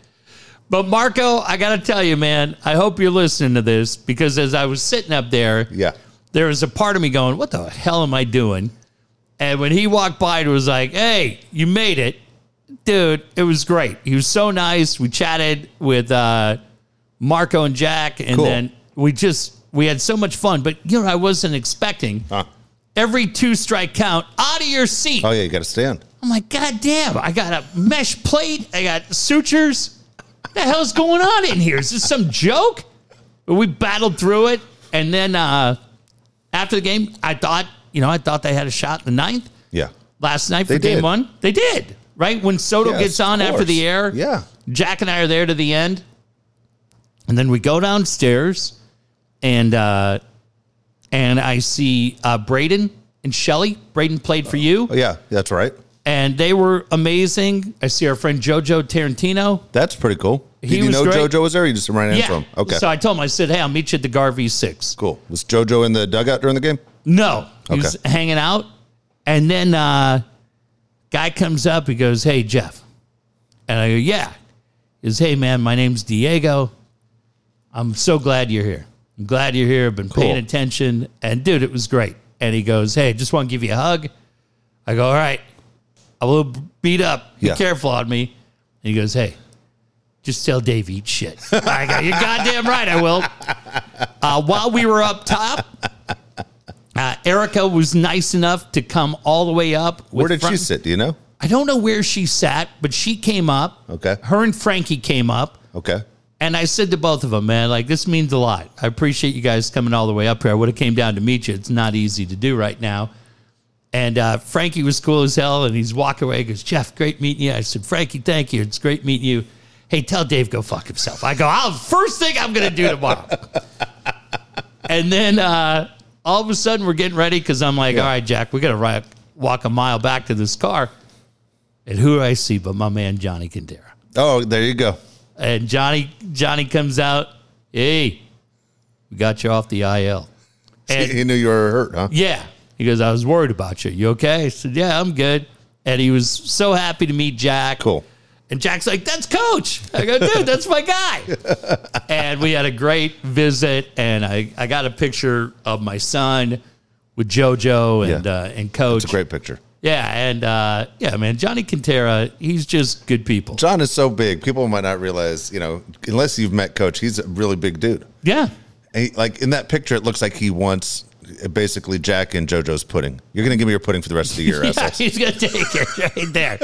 B: But Marco, I got to tell you, man, I hope you're listening to this because as I was sitting up there,
A: Yeah.
B: there was a part of me going, "What the hell am I doing?" And when he walked by, it was like, "Hey, you made it, dude! It was great. He was so nice. We chatted with uh, Marco and Jack, and
A: Cool.
B: then we just we had so much fun. But you know, I wasn't expecting
A: Huh.
B: every two strike count out of your seat.
A: Oh yeah, you got to stand.
B: I'm like, God damn, I got a mesh plate. I got sutures. What the hell's going on in here? Is this some joke? But we battled through it. And then uh, after the game, I thought, you know, I thought they had a shot in the ninth
A: Yeah.
B: last night for
A: They
B: game
A: did.
B: one. They did, right? When Soto
A: Yes,
B: gets on
A: of
B: after the
A: course.
B: air,
A: Yeah.
B: Jack and I are there to the end. And then we go downstairs and uh, and I see uh, Braden and Shelly. Braden played for you
A: Oh, yeah, that's right.
B: and they were amazing. I see our friend Jojo Tarantino.
A: That's pretty cool. Did
B: He
A: you
B: was
A: know
B: great.
A: JoJo was there? You just ran into him. Okay.
B: So I told him, I said, hey, I'll meet you at the Garvey 6.
A: cool. Was JoJo in the dugout during the game?
B: No, he was
A: Okay.
B: hanging out. And then uh, guy comes up. He goes, hey, Jeff. And I go, yeah. He goes, hey, man, my name's Diego. I'm so glad you're here. I'm glad you're here. I've been paying
A: Cool.
B: attention. And, dude, it was great. And he goes, hey, just want to give you a hug. I go, all right. I will beat up. Be
A: Yeah.
B: careful on me. And he goes, hey, just tell Dave eat shit. I go, you're goddamn right, I will. Uh, while we were up top, uh, Erica was nice enough to come all the way up. with
A: Where did
B: Fran-
A: she sit? Do you know?
B: I don't know where she sat, but she came up.
A: Okay.
B: Her and Frankie came up.
A: Okay.
B: And I said to both of them, man, like this means a lot. I appreciate you guys coming all the way up here. I would have came down to meet you. It's not easy to do right now. And uh, Frankie was cool as hell, and he's walking away. He goes, Jeff, great meeting you. I said, Frankie, thank you. It's great meeting you. Hey, tell Dave go fuck himself. I go, I'll first thing I'm gonna do tomorrow. and then uh, all of a sudden we're getting ready because I'm like,
A: Yeah.
B: all right, Jack, we gotta ri walk a mile back to this car. And who do I see but my man Johnny Candera?
A: Oh, there you go.
B: And Johnny Johnny comes out. Hey, we got you off the IL. And
A: he knew you were hurt, huh?
B: yeah, he goes. I was worried about you. You okay? I said, Yeah, I'm good. And he was so happy to meet Jack.
A: Cool.
B: And Jack's like, That's Coach. I go, Dude, that's my guy. and we had a great visit. And I, I got a picture of my son with JoJo and
A: Yeah.
B: uh, and Coach.
A: It's a great picture.
B: yeah, and uh, yeah, man, Johnny Quintera, he's just good people.
A: John is so big. People might not realize, you know, unless you've met Coach, he's a really big dude.
B: yeah.
A: And he, like in that picture, it looks like he wants uh, basically Jack and JoJo's pudding. You're going to give me your pudding for the rest of the year,
B: Yeah,
A: assholes.
B: he's gonna take it right there.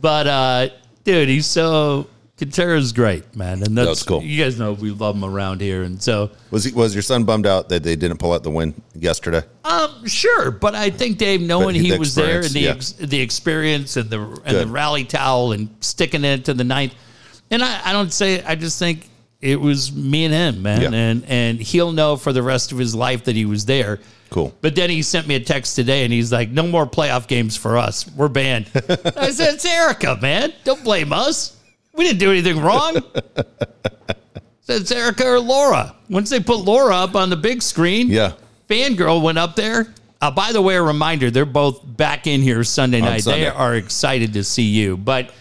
B: but uh, dude, he's so Quintera's great, man, and that's,
A: That's cool.
B: You guys know we love him around here, and so
A: Was he, was your son bummed out that they didn't pull out the win yesterday?
B: um, sure. But I think Dave, knowing
A: But
B: he
A: the
B: was there and the ex,
A: experience,
B: the experience and the and the
A: Good.
B: rally towel and sticking it to the ninth, and I, I don't say I just think it was me and him, man,
A: Yeah.
B: and and he'll know for the rest of his life that he was there.
A: Cool.
B: But then he sent me a text today and he's like, no more playoff games for us. We're banned. I said, it's Erica, man. Don't blame us. We didn't do anything wrong. I said, it's Erica or Laura. Once they put Laura up on the big screen,
A: Yeah.
B: Fangirl went up there. Uh, by the way, a reminder, they're both back in here Sunday night. They
A: Sunday.
B: are excited to see you. But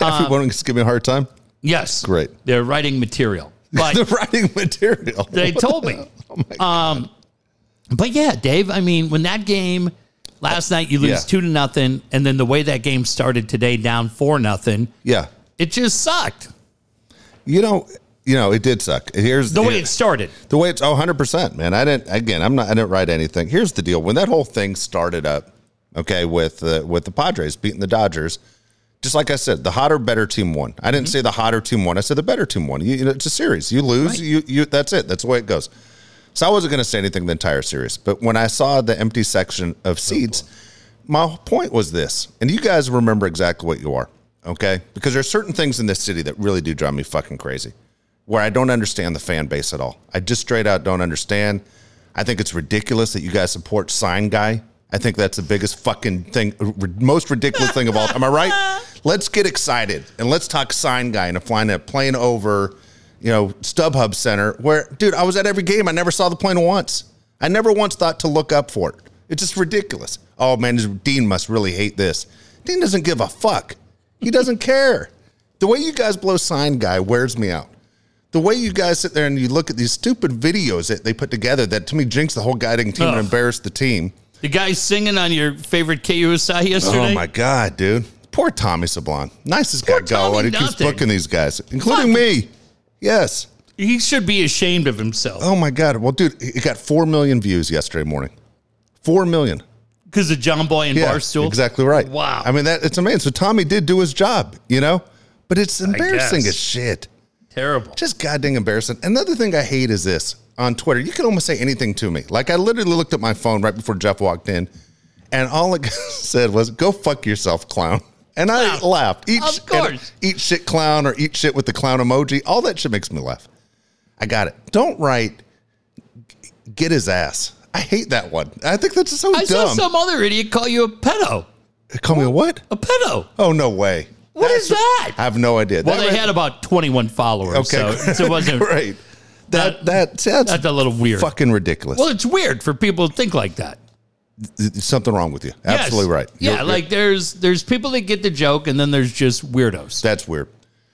B: Uh,
A: Everyone just give me a hard time.
B: yes,
A: Great.
B: They're writing material. But
A: the writing material.
B: they told me. um, but yeah, Dave. I mean, when that game last night, you lose
A: Yeah.
B: two to nothing, and then the way that game started today, down four nothing,
A: yeah.
B: it just sucked.
A: You know, you know, it did suck. Here's
B: The way it started,
A: The way it's oh, 100%, man. I didn't again, I'm not I didn't write anything. Here's the deal. When that whole thing started up, okay, with uh, with the Padres beating the Dodgers, just like I said, the hotter better team won. I didn't say the hotter team won. I said the better team won. You, you know, it's a series. You lose, you you that's it. That's the way it goes. So I wasn't going to say anything the entire series, but when I saw the empty section of seats, my point was this, and you guys remember exactly what you are, okay? Because there are certain things in this city that really do drive me fucking crazy, where I don't understand the fan base at all. I just straight out don't understand. I think it's ridiculous that you guys support Sign Guy. I think that's the biggest fucking thing, r- most ridiculous thing of all. Am I right? Let's get excited and let's talk Sign Guy and flying a plane over, you know, StubHub Center. Where, dude, I was at every game. I never saw the plane once. I never once thought to look up for it. It's just ridiculous. Oh man, Dean must really hate this. Dean doesn't give a fuck. He doesn't care. The way you guys blow sign guy wears me out. The way you guys sit there and you look at these stupid videos that they put together that to me jinx the whole guiding team and
B: Ugh.
A: embarrass the team.
B: The guy singing on your favorite KUSI yesterday.
A: Oh my god, dude! Poor Tommy Sablon, nicest guy
B: Tommy
A: going. He keeps
B: nothing.
A: booking these guys, including me. Yes.
B: He should be ashamed of himself
A: Oh my god. Well, dude, it got four million views yesterday morning. Four million.
B: because of John Boy and
A: Yeah,
B: Barstool.
A: exactly right.
B: Wow.
A: I mean, that it's amazing. So Tommy did do his job, you know, but it's embarrassing
B: guess.
A: as shit.
B: Terrible.
A: Just goddamn embarrassing. Another thing I hate is this on Twitter. You can almost say anything to me. Like I literally looked at my phone right before Jeff walked in, and all it said was "Go fuck yourself, clown." And I
B: Clown.
A: laughed. Eat
B: Of
A: sh- and
B: course.
A: eat shit, clown, or eat shit with the clown emoji. All that shit makes me laugh. I got it. Don't write. g- Get his ass. I hate that one. I think that's so
B: I
A: dumb.
B: saw some other idiot call you a pedo.
A: Call me a what?
B: A pedo.
A: Oh no way!
B: What is that?
A: I have no idea.
B: Well,
A: That
B: they
A: was-
B: had about 21 followers,
A: okay,
B: so, so it wasn't.
A: right. That that that's,
B: That's a little weird.
A: fucking ridiculous.
B: Well, it's weird for people to think like that.
A: Th- th- Something wrong with you.
B: Yes.
A: Absolutely right.
B: Yeah,
A: You're-
B: like there's there's people that get the joke, and then there's just weirdos.
A: that's weird.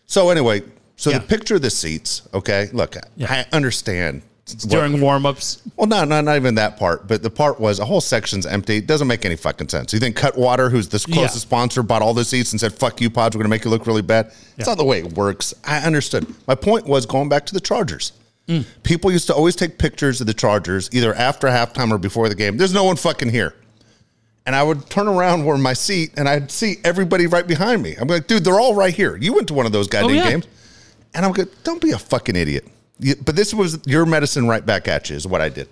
A: So anyway, so
B: Yeah.
A: the picture of the seats. Okay, look, I- I understand. what-
B: during warm ups.
A: Well, no, no, not even that part. But the part was a whole section's empty. It doesn't make any fucking sense. You think Cutwater, who's the
B: Yeah.
A: closest sponsor, bought all the seats and said, fuck you, Pods, we're going to make you look really bad? It's
B: Yeah.
A: not the way it works. I understood. My point was going back to the Chargers. People used to always take pictures of the Chargers either after halftime or before the game. There's no one fucking here. And I would turn around where my seat and I'd see everybody right behind me. I'm like, dude, they're all right here. You went to one of those goddamn
B: yeah.
A: games. And I'm like, don't be a fucking idiot. You- But this was your medicine right back at you, is what I did.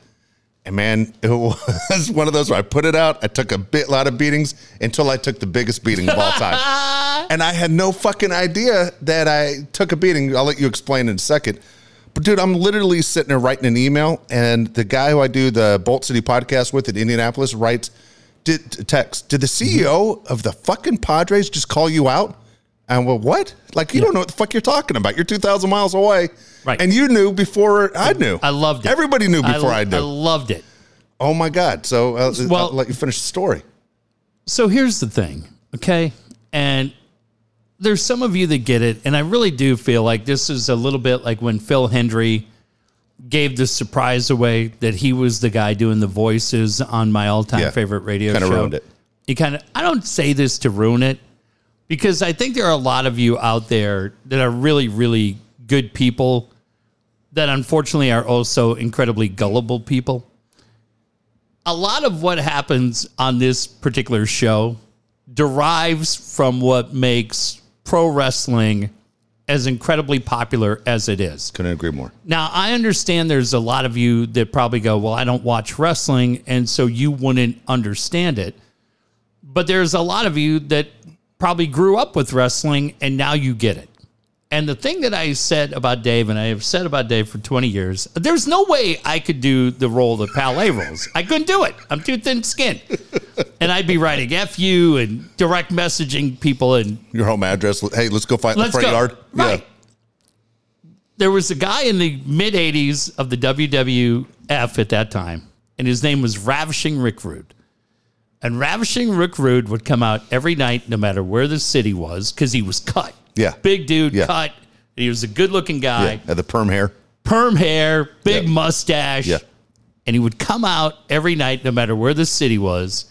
A: And man, it was one of those where I put it out. I took a bit lot of beatings until I took the biggest beating of all time. and I had no fucking idea that I took a beating. I'll let you explain in a second. But dude, I'm literally sitting there writing an email, and the guy who I do the Bolt City podcast with in Indianapolis writes, did text, did the
B: Mm-hmm.
A: CEO of the fucking Padres just call you out? And well, what? Like you don't know what the fuck you're talking about. You're 2,000 miles away,
B: Right.
A: And you knew before I knew.
B: I loved it.
A: Everybody knew before I, knew.
B: I loved it.
A: Oh my God! So uh,
B: Well-
A: I'll let you finish the story.
B: So here's the thing, okay? And there's some of you that get it, and I really do feel like this is a little bit like when Phil Hendry gave the surprise away that he was the guy doing the voices on my all-time
A: Yeah.
B: favorite radio
A: Kinda
B: show.
A: ruined it.
B: He kind of. I don't say this to ruin it because I think there are a lot of you out there that are really, really good people that unfortunately are also incredibly gullible people. A lot of what happens on this particular show derives from what makes pro wrestling as incredibly popular as it is.
A: Couldn't agree more.
B: Now, I understand there's a lot of you that probably go, Well, I don't watch wrestling, and so you wouldn't understand it. But there's a lot of you that probably grew up with wrestling and now you get it. And the thing that I said about Dave, and I have said about Dave for 20 years, there's no way I could do the role of the Palais roles. I couldn't do it. I'm too thin skinned. And I'd be writing F you and direct messaging people and
A: Your home address. Hey, let's go fight in the
B: Let's
A: front
B: go.
A: yard.
B: Right. There was a guy in the mid 80s of the WWF at that time, and his name was Ravishing Rick Rude. And Ravishing Rick Rude would come out every night, no matter where the city was, because he was cut.
A: Yeah.
B: Big dude,
A: Yeah.
B: cut. He was a good
A: Yeah.
B: looking guy,
A: Yeah. Uh, the perm hair.
B: perm hair, big
A: Yeah.
B: mustache.
A: Yeah.
B: And he would come out every night, no matter where the city was.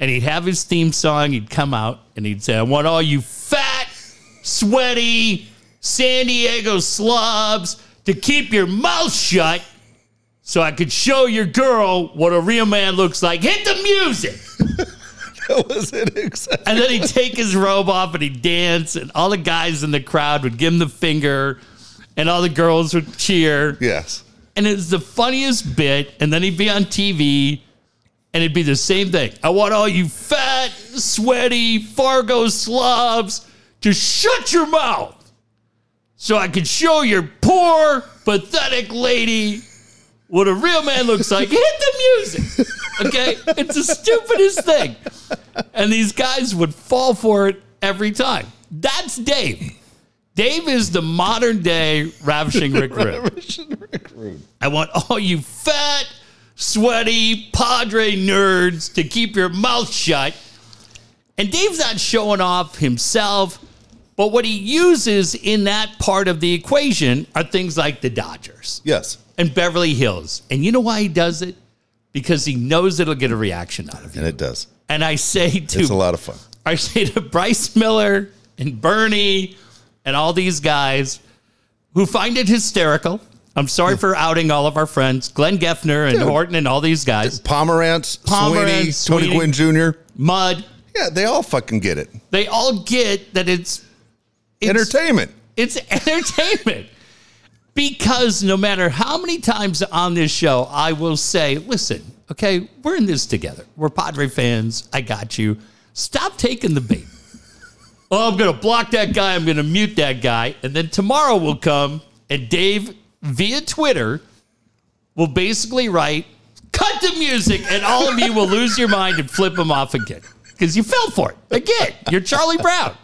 B: And he'd have his theme song. He'd come out and he'd say, I want all you fat, sweaty San Diego slobs to keep your mouth shut so I could show your girl what a real man looks like. Hit the music.
A: That was it. Exactly.
B: And then he'd take his robe off and he'd dance. And all the guys in the crowd would give him the finger. And all the girls would cheer
A: Yes.
B: and it's the funniest bit. And then he'd be on TV, and it'd be the same thing. I want all you fat, sweaty Fargo slobs to shut your mouth, so I can show your poor, pathetic lady what a real man looks like. Hit the music, okay? It's the stupidest thing, and these guys would fall for it every time. That's Dave. Dave is the modern day ravishing Rick Rude. I want all you fat, sweaty Padre nerds to keep your mouth shut. And Dave's not showing off himself, but what he uses in that part of the equation are things like the Dodgers
A: Yes.
B: and Beverly Hills. And you know why he does it? Because he knows it'll get a reaction out of you.
A: And it does.
B: And I say to
A: It's a lot of fun.
B: I say to Bryce Miller and Bernie and all these guys who find it hysterical. I'm sorry for outing all of our friends, Glenn Geffner and Horton and all these guys.
A: Pomerantz, Sweeney,
B: Pomerantz,
A: Tony
B: Sweeney.
A: Gwynn Jr.
B: Mud.
A: Yeah, they all fucking get it.
B: They all get that it's, it's
A: Entertainment.
B: It's entertainment. Because no matter how many times on this show I will say, listen, okay, we're in this together. We're Padre fans. I got you. Stop taking the bait. oh, I'm going to block that guy. I'm going to mute that guy. And then tomorrow will come and Dave via Twitter will basically write, cut the music, and all of you will lose your mind and flip him off again. Because you fell for it. Again, you're Charlie Brown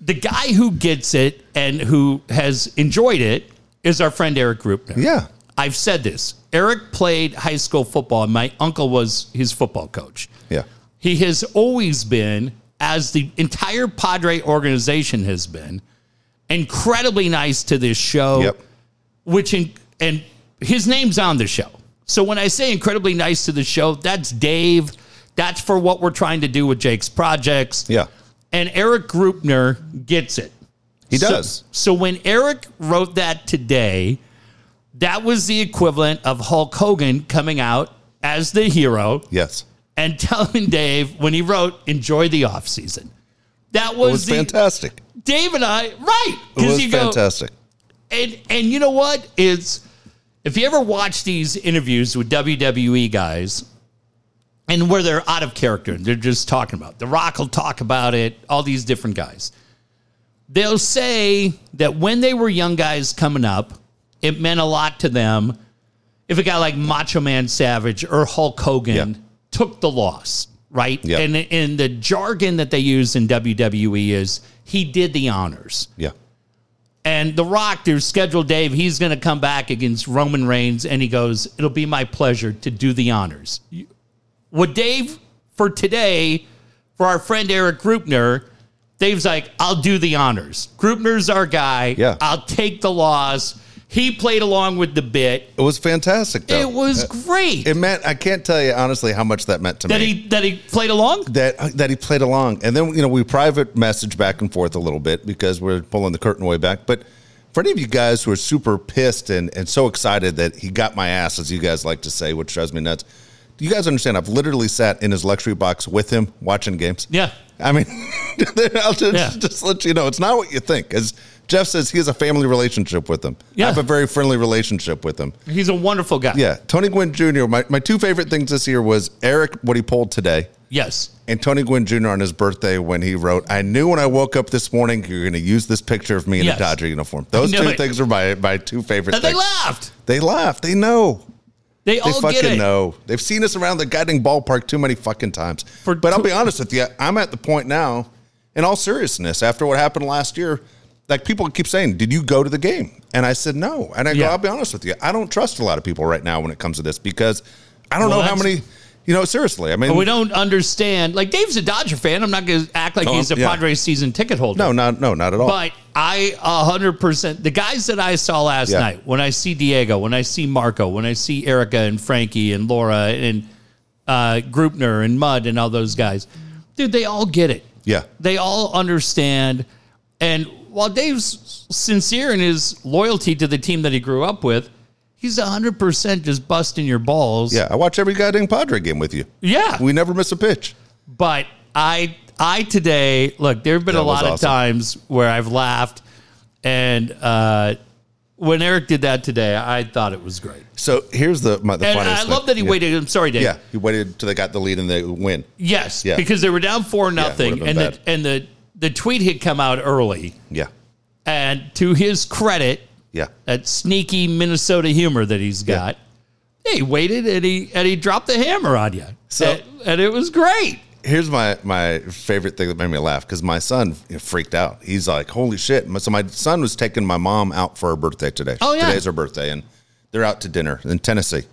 B: the guy who gets it and who has enjoyed it is our friend Eric Grupner.
A: Yeah.
B: I've said this. Eric played high school football, and my uncle was his football coach.
A: Yeah.
B: He has always been, as the entire Padre organization has been, incredibly nice to this show.
A: Yep.
B: Which in, and his name's on the show. So when I say incredibly nice to the show, that's Dave. That's for what we're trying to do with Jake's projects
A: Yeah.
B: and Eric Grupner gets it.
A: He
B: So-
A: does.
B: So, when Eric wrote that today, that was the equivalent of Hulk Hogan coming out as the hero
A: Yes.
B: and telling Dave when he wrote, enjoy the offseason. That
A: It was
B: was, the
A: fantastic.
B: Dave and I, right.
A: It was
B: you go,
A: fantastic.
B: and and you know what? It's if you ever watch these interviews with WWE guys and where they're out of character and they're just talking about it. The Rock will talk about it, all these different guys. They'll say that when they were young guys coming up, it meant a lot to them if a guy like Macho Man Savage or Hulk Hogan
A: Yeah.
B: took the loss, right?
A: Yeah.
B: And and the jargon that they use in WWE is he did the honors.
A: Yeah.
B: And The Rock, their scheduled Dave, he's going to come back against Roman Reigns, and he goes, It'll be my pleasure to do the honors. You- What Dave, for today, for our friend Eric Grupner, Dave's like, I'll do the honors. Grupner's our guy.
A: Yeah.
B: I'll take the loss. He played along with the bit.
A: It was fantastic, though.
B: It was great
A: Uh, It meant, I can't tell you honestly how much that meant to
B: that
A: me.
B: he that he played along.
A: that uh, that he played along. And then you know we private message back and forth a little bit because we're pulling the curtain way back. But for any of you guys who are super pissed and and so excited that he got my ass, as you guys like to say, which drives me nuts. Do you guys understand? I've literally sat in his luxury box with him watching games.
B: Yeah.
A: I mean, I'll just,
B: Yeah.
A: just let you know it's not what you think. As Jeff says, he has a family relationship with him.
B: Yeah.
A: I have a very friendly relationship with him.
B: He's a wonderful guy.
A: Yeah, Tony Gwynn Jr. My, my two favorite things this year was Eric, what he pulled today,
B: Yes.
A: and Tony Gwynn Jr. on his birthday when he wrote, "I knew when I woke up this morning you're going to use this picture of me in
B: Yes.
A: a Dodger uniform." Those
B: knew
A: two
B: it.
A: things are my my two favorite.
B: And they
A: things.
B: laughed.
A: They laugh. They know.
B: They,
A: They
B: all get
A: fucking
B: it.
A: know. They've seen us around the goddamn ballpark too many fucking times.
B: For
A: but I'll
B: two-
A: be honest with you, I'm at the point now, in all seriousness, after what happened last year, like people keep saying, "Did you go to the game?" And I said no. And I
B: Yeah.
A: go, "I'll be honest with you, I don't trust a lot of people right now when it comes to this because I don't
B: Well,
A: know how
B: that's-
A: many." You know, seriously. I mean,
B: But we don't understand. Like Dave's a Dodger fan. I'm not going to act like
A: Oh,
B: he's a
A: yeah.
B: Padres season ticket holder.
A: no, not no, not at all.
B: but I 100 percent the guys that I saw last
A: Yeah.
B: night. When I see Diego, when I see Marco, when I see Erica and Frankie and Laura and uh, Grupner and Mud and all those guys, dude, they all get it.
A: yeah,
B: They all understand. And while Dave's sincere in his loyalty to the team that he grew up with, he's 100 percent just busting your balls.
A: Yeah, I watch every goddamn Padre game with you.
B: yeah.
A: We never miss a pitch.
B: but I I today look there have been
A: That
B: a
A: was
B: lot of
A: awesome.
B: times where I've laughed and uh, when Eric did that today I thought it was great
A: So here's the my, the
B: and
A: funniest
B: I love
A: thing.
B: that he
A: Yeah.
B: waited I'm sorry Dave
A: Yeah, he waited till they got the lead and they win.
B: yes
A: Yeah.
B: because they were down four nothing
A: been
B: and
A: bad.
B: the, and the the tweet had come out early
A: Yeah,
B: and to his credit
A: yeah,
B: that sneaky Minnesota humor that he's
A: Yeah.
B: got he waited and he and he dropped the hammer on you
A: So-
B: and, and it was great
A: here's my my favorite thing that made me laugh because my son you know, freaked out. He's like, "Holy shit!" My- So my son was taking my mom out for her birthday today.
B: Oh, yeah.
A: today's her birthday, and They're out to dinner in Tennessee.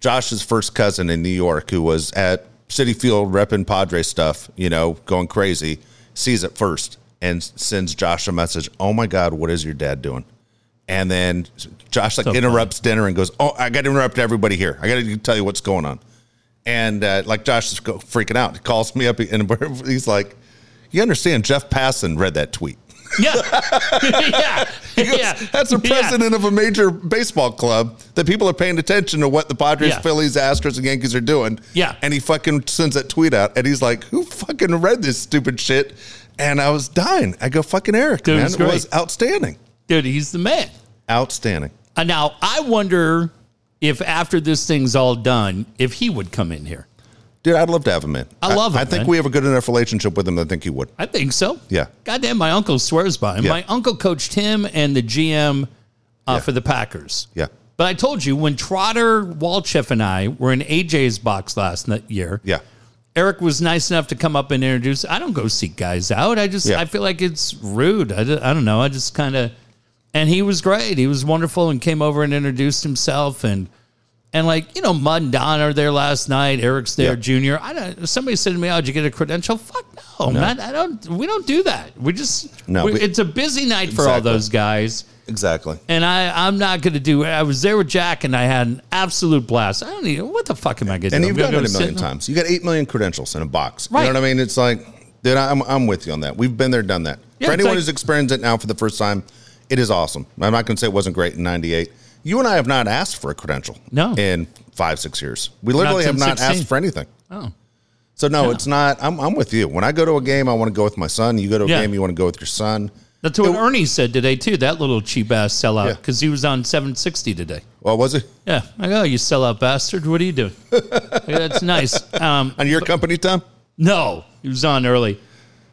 A: Josh's first cousin in New York, who was at City Field repping Padre stuff, you know, going crazy, sees it first and sends Josh a message. Oh my God, what is your dad doing? And then Josh like
B: So
A: interrupts dinner and goes, "Oh, I got to interrupt everybody here. I got to tell you what's going on." And uh, like Josh is go- freaking out. He calls me up and he's like, "You understand? Jeff Passan read that tweet.
B: Yeah. yeah. yeah.
A: That's the president of a major baseball club that people are paying attention to what the Padres,
B: Yeah.
A: Phillies, Astros, and Yankees are doing.
B: Yeah.
A: And he fucking sends that tweet out and he's like, Who fucking read this stupid shit? And I was dying. I go, fucking Eric,
B: Dude,
A: man.
B: it's
A: It was
B: great.
A: outstanding.
B: Yeah. Dude, he's the man.
A: Outstanding.
B: Uh, Now, I wonder if after this thing's all done, if he would come in here.
A: Dude, I'd love to have him in.
B: I love
A: I
B: him,
A: think
B: man.
A: we have a good enough relationship with him. that I think he would.
B: I think so.
A: Yeah.
B: Goddamn, my uncle swears by him.
A: Yeah.
B: My uncle coached him and the GM uh, for the Packers.
A: Yeah.
B: But I told you when Trotter, Walchef, and I were in AJ's box last n- year.
A: Yeah.
B: Eric was nice enough to come up and introduce. I don't go seek guys out. I just
A: Yeah.
B: I feel like it's rude. I, d- I don't know. I just kind of and he was great. He was wonderful and came over and introduced himself and and like you know Mud and Don are there last night. Eric's there,
A: Yeah.
B: Junior. I don't. Somebody said to me, "Oh, did you get a credential?" Fuck no, man. I don't. We don't do that. We just
A: No,
B: we-
A: we-
B: it's a busy night for all
A: Exactly.
B: those guys
A: Exactly.
B: and I, I'm not going to do. I was there with Jack, and I had an absolute blast. I don't even. What the fuck am I going to do?
A: And
B: I'm
A: you've
B: gonna
A: done it a
B: go sit
A: million
B: in-
A: times. You got 8 million credentials in a box. You
B: Right.
A: know what I mean? It's like, dude, I'm, I'm with you on that. We've been there, done that.
B: Yeah,
A: for
B: it's
A: anyone
B: like-
A: who's experienced it now for the first time, it is awesome. I'm not going to say it wasn't great in 98. You and I have not asked for a credential
B: No.
A: in five, six years. We literally have
B: since
A: not
B: 16.
A: asked for anything.
B: Oh,
A: So, no, it's not. I'm, I'm with you. When I go to a game, I want to go with my son. You go to a
B: Yeah.
A: game, you want to go with your son.
B: that's what Ernie said today too. That little cheap ass sellout
A: Yeah.
B: because he was on 760 today.
A: Well, was it
B: Yeah, I go. You sellout bastard. What are you doing? Like, that's nice. Um,
A: on your company, Tom?
B: no, he was on early.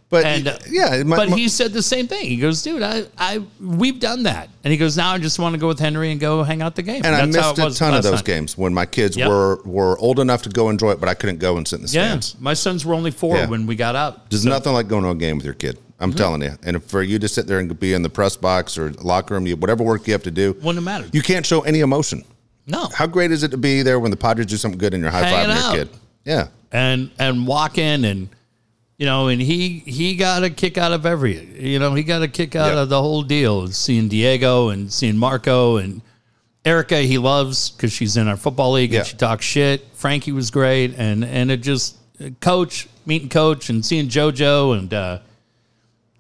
A: But
B: And uh,
A: yeah, my-
B: but
A: my-
B: he said the same thing. He goes, dude, I, I, we've done that. And he goes, now I just want to go with Henry and go hang out the game.
A: and I
B: That's how
A: missed
B: it
A: a
B: was
A: ton of
B: last
A: those
B: night.
A: games when my kids
B: Yep.
A: were were old enough to go enjoy it, but I couldn't go and sit in the
B: Yeah,
A: stands.
B: my sons were only four
A: Yeah.
B: when we got out.
A: There's nothing like going to a game with your kid. I'm
B: Mm-hmm.
A: telling you. And for you to sit there and be in the press box or locker room, you, whatever work you have to do,
B: Wouldn't have mattered.
A: you can't show any emotion.
B: No,
A: How great is it to be there when the Padres do something good and you're high
B: Hanging
A: fiving your
B: out.
A: kid? Yeah.
B: and and walk in and you know and he he got a kick out of every you know he got a kick out
A: Yeah.
B: of the whole deal seeing diego and seeing marco and erica he loves because she's in our football league
A: Yeah.
B: and she talks shit frankie was great and and it just coach meeting coach and seeing jojo and uh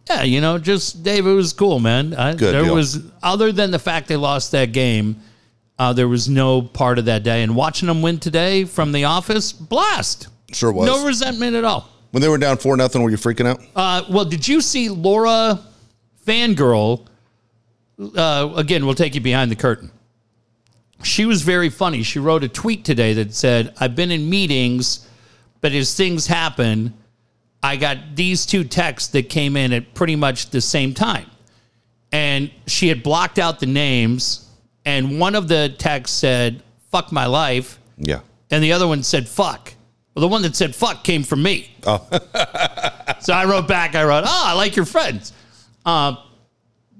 B: yeah, you know, just Dave, it was cool, man. I,
A: Good
B: there
A: deal.
B: was other than the fact they lost that game, uh, there was no part of that day. And watching them win today from the office, blast.
A: Sure was.
B: No resentment at all.
A: when they were down 4 nothing, were you freaking out?
B: Uh, well, did you see Laura Fangirl? Uh, again, we'll take you behind the curtain. She was very funny. She wrote a tweet today that said, I've been in meetings, but as things happen, I got these two texts that came in at pretty much the same time. And she had blocked out the names, and one of the texts said, Fuck my life,
A: yeah.
B: and the other one said fuck. Well, the one that said fuck came from me. Oh. so I wrote back. I wrote, "Oh, I like your friends." Uh,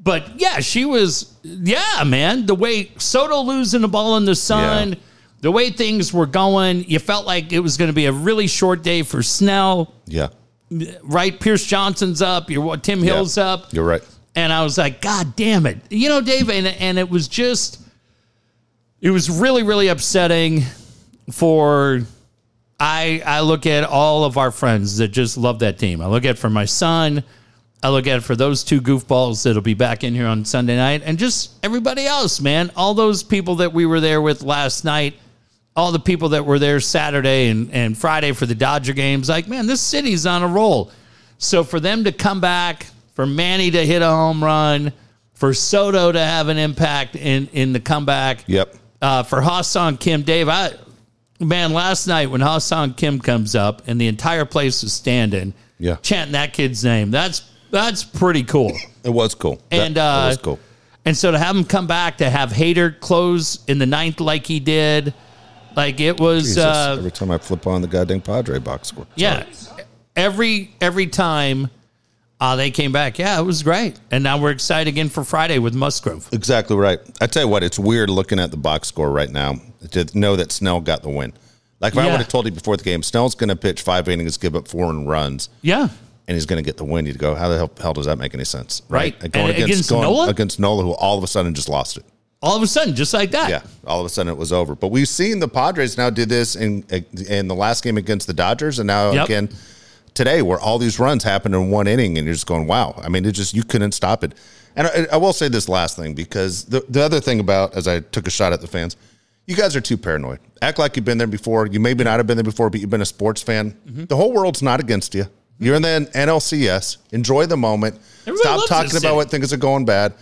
B: but yeah, she was. Yeah, man, the way Soto losing the ball in the sun,
A: Yeah.
B: the way things were going, you felt like it was going to be a really short day for Snell.
A: Yeah.
B: Right, Pierce Johnson's up. Your Tim Hill's
A: Yeah.
B: up
A: You're right.
B: and I was like, God damn it, you know, Dave, and and it was just, it was really really upsetting for. I I look at all of our friends that just love that team. I look at it for my son. I look at it for those two goofballs that'll be back in here on Sunday night, and just everybody else, man. All those people that we were there with last night, all the people that were there Saturday and, and Friday for the Dodger games. Like, man, this city's on a roll. So for them to come back, for Manny to hit a home run, for Soto to have an impact in in the comeback,
A: Yep.
B: uh, for Hassan Kim, Dave, I man, last night when Hassan Kim comes up and the entire place is standing,
A: Yeah.
B: chanting that kid's name, that's that's pretty cool.
A: It was cool.
B: And,
A: that, that
B: uh,
A: was cool.
B: and so to have him come back, to have Hater close in the ninth like he did, like it was.
A: Jesus,
B: uh,
A: every time I flip on the goddamn Padre box score.
B: Yeah. Every every time Uh, they came back. Yeah, it was great. And now we're excited again for Friday with Musgrove.
A: Exactly right. I tell you what, it's weird looking at the box score right now to know that Snell got the win. Like if I
B: Yeah.
A: would have told you before the game, Snell's going to pitch five innings, give up four and runs,
B: Yeah.
A: and he's going to get the win. You'd go, how the hell, hell does that make any sense?
B: Right.
A: And going
B: And
A: against,
B: against
A: going
B: Nola?
A: against Nola, who all of a sudden just lost it.
B: All of a sudden, just like that.
A: Yeah, all of a sudden it was over. But we've seen the Padres now do this in in the last game against the Dodgers, and now
B: Yep.
A: again today, where all these runs happened in one inning, and you're just going, "Wow!" I mean, it just you couldn't stop it. And I, I will say this last thing because the the other thing about as I took a shot at the fans, you guys are too paranoid. Act like you've been there before. You maybe not have been there before, but you've been a sports fan.
B: Mm-hmm.
A: The whole world's not against you. You're in the NLCS. Enjoy the moment.
B: Everybody
A: Stop
B: loves
A: talking
B: this
A: about
B: city.
A: what things are going bad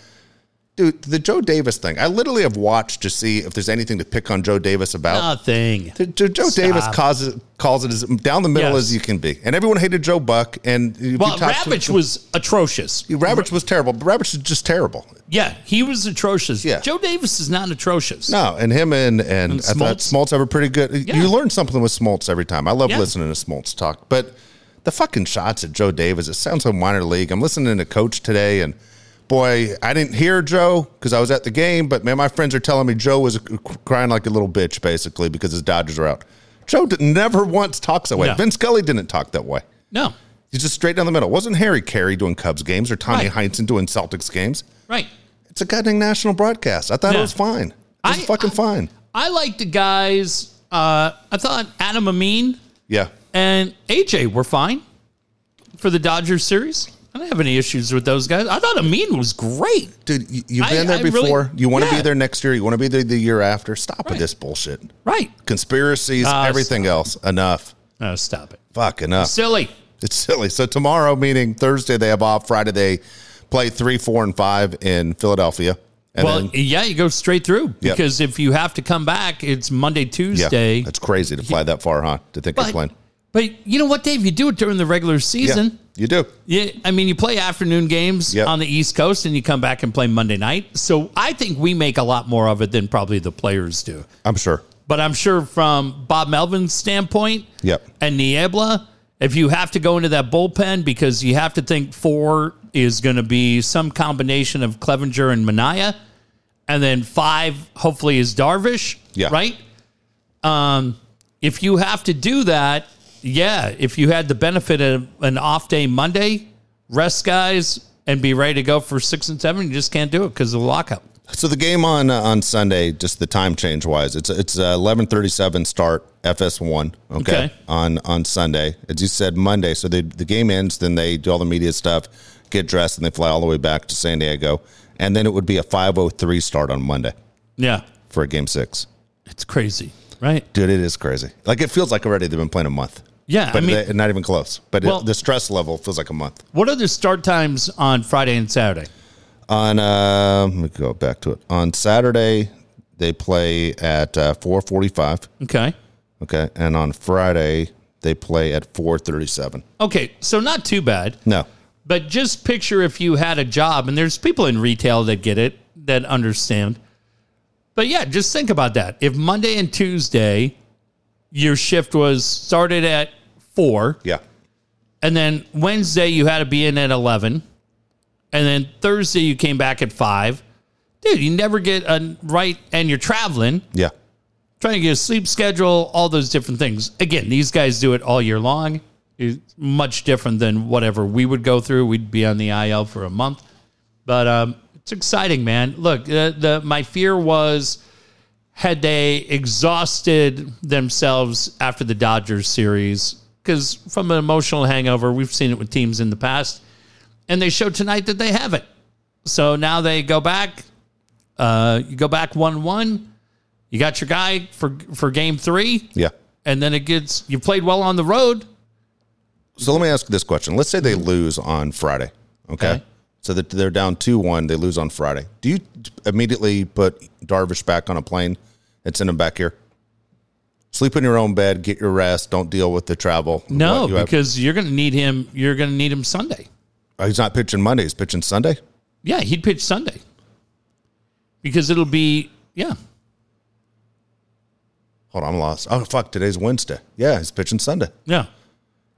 A: dude, the Joe Davis thing. I literally have watched to see if there's anything to pick on Joe Davis about.
B: Nothing.
A: The- the Joe Davis causes calls it as down the middle
B: Yes.
A: as you can be, and everyone hated Joe Buck. And if you
B: Well,
A: talk to-
B: Ravitch was atrocious.
A: Ravitch was terrible. But Ravitch is just terrible.
B: Yeah, he was atrocious.
A: Yeah.
B: Joe Davis is not atrocious.
A: No, and him and and, I thought
B: Smoltz.
A: Smoltz have a pretty good.
B: Yeah.
A: You learn something with Smoltz every time. I love
B: Yeah.
A: listening to Smoltz talk, but the fucking shots at Joe Davis. It sounds so minor league. I'm listening to Coach today, and boy, I didn't hear Joe because I was at the game. But man, my friends are telling me Joe was crying like a little bitch basically because his Dodgers are out. Joe did, never once talks that way.
B: No.
A: Vin Scully didn't talk that way.
B: No.
A: He's just straight down the middle. Wasn't Harry Carey doing Cubs games or Tommy
B: Right.
A: Heinsohn doing Celtics games?
B: Right.
A: It's a goddamn national broadcast. I thought
B: Yeah.
A: it was fine. It was
B: I-
A: fucking
B: I-
A: fine.
B: I like the guys. Uh, I thought Adam Amin
A: Yeah.
B: and AJ were fine for the Dodgers series. I don't have any issues with those guys. I thought Amin was great.
A: Dude, you, you've
B: I-
A: been there
B: I really-
A: before. you want to
B: yeah.
A: be there next year. You want to be there the year after. Stop with
B: Right.
A: this bullshit.
B: Right.
A: Conspiracies,
B: Uh,
A: everything else. Enough.
B: No, stop it.
A: Fuck, enough.
B: Silly.
A: It's silly. So tomorrow, meaning Thursday, they have off. Friday, they play three, four, and five in Philadelphia. And
B: well,
A: then,
B: yeah, you go straight through
A: Yep.
B: because if you have to come back, it's Monday,
A: yeah,
B: Tuesday.
A: that's crazy to fly that far, huh? To think you're
B: but,
A: playing.
B: but you know what, Dave? You do it during the regular
A: Yeah,
B: season.
A: you do.
B: Yeah, I mean, you play afternoon games
A: Yep.
B: on the East Coast, and you come back and play Monday night. So I think we make a lot more of it than probably the players do.
A: I'm sure.
B: But I'm sure from Bob Melvin's standpoint,
A: Yep.
B: and Niebla, if you have to go into that bullpen because you have to think four is going to be some combination of Clevenger and Mania, and then five hopefully is Darvish,
A: Yeah.
B: right? Um, if you have to do that, yeah, if you had the benefit of an off day Monday, rest guys and be ready to go for six and seven, you just can't do it because of the lockout.
A: So the game on uh, on Sunday, just the time change wise, it's it's uh, eleven thirty seven start FS1. Okay,
B: Okay.
A: on on Sunday, as you said, Monday. So the the game ends, then they do all the media stuff, get dressed, and they fly all the way back to San Diego, and then it would be a five oh three start on Monday
B: Yeah,
A: for a game six.
B: it's crazy, right?
A: Dude, it is crazy. Like it feels like already they've been playing a month.
B: Yeah, I
A: but
B: mean-
A: they- not even close. But it-
B: Well-
A: the stress level feels like a month.
B: What are the start times on Friday and Saturday?
A: on uh, let me go back to it on Saturday. They play at uh, four forty-five.
B: Okay.
A: Okay, and on Friday they play at four thirty-seven.
B: Okay, so not too bad.
A: No,
B: But just picture if you had a job, and there's people in retail that get it, that understand. But yeah, just think about that. If Monday and Tuesday, your shift was started at four,
A: yeah,
B: and then Wednesday you had to be in at 11, and then Thursday you came back at five. Dude, you never get a right, and you're traveling,
A: yeah,
B: trying to get a sleep schedule, all those different things. Again, these guys do it all year long. It's much different than whatever we would go through. We'd be on the IL for a month, but um, it's exciting, man. Look, the, the my fear was had they exhausted themselves after the Dodgers series because from an emotional hangover, we've seen it with teams in the past, and they showed tonight that they haven't. So now they go back. Uh, you go back one one. You got your guy for for game three,
A: yeah.
B: and then it gets you played well on the road.
A: So let me ask this question: Let's say they lose on Friday. Okay,
B: Okay.
A: so that they're down two-one. They lose on Friday. Do you immediately put Darvish back on a plane and send him back here? Sleep in your own bed, get your rest. Don't deal with the travel.
B: No,
A: What you have- Oh,
B: because you're going to need him. You're going to need him Sunday.
A: he's not pitching Monday. He's pitching Sunday.
B: Yeah, he'd pitch Sunday because it'll be yeah.
A: Hold on, I'm lost. Oh fuck, today's Wednesday. Yeah, he's pitching Sunday.
B: Yeah.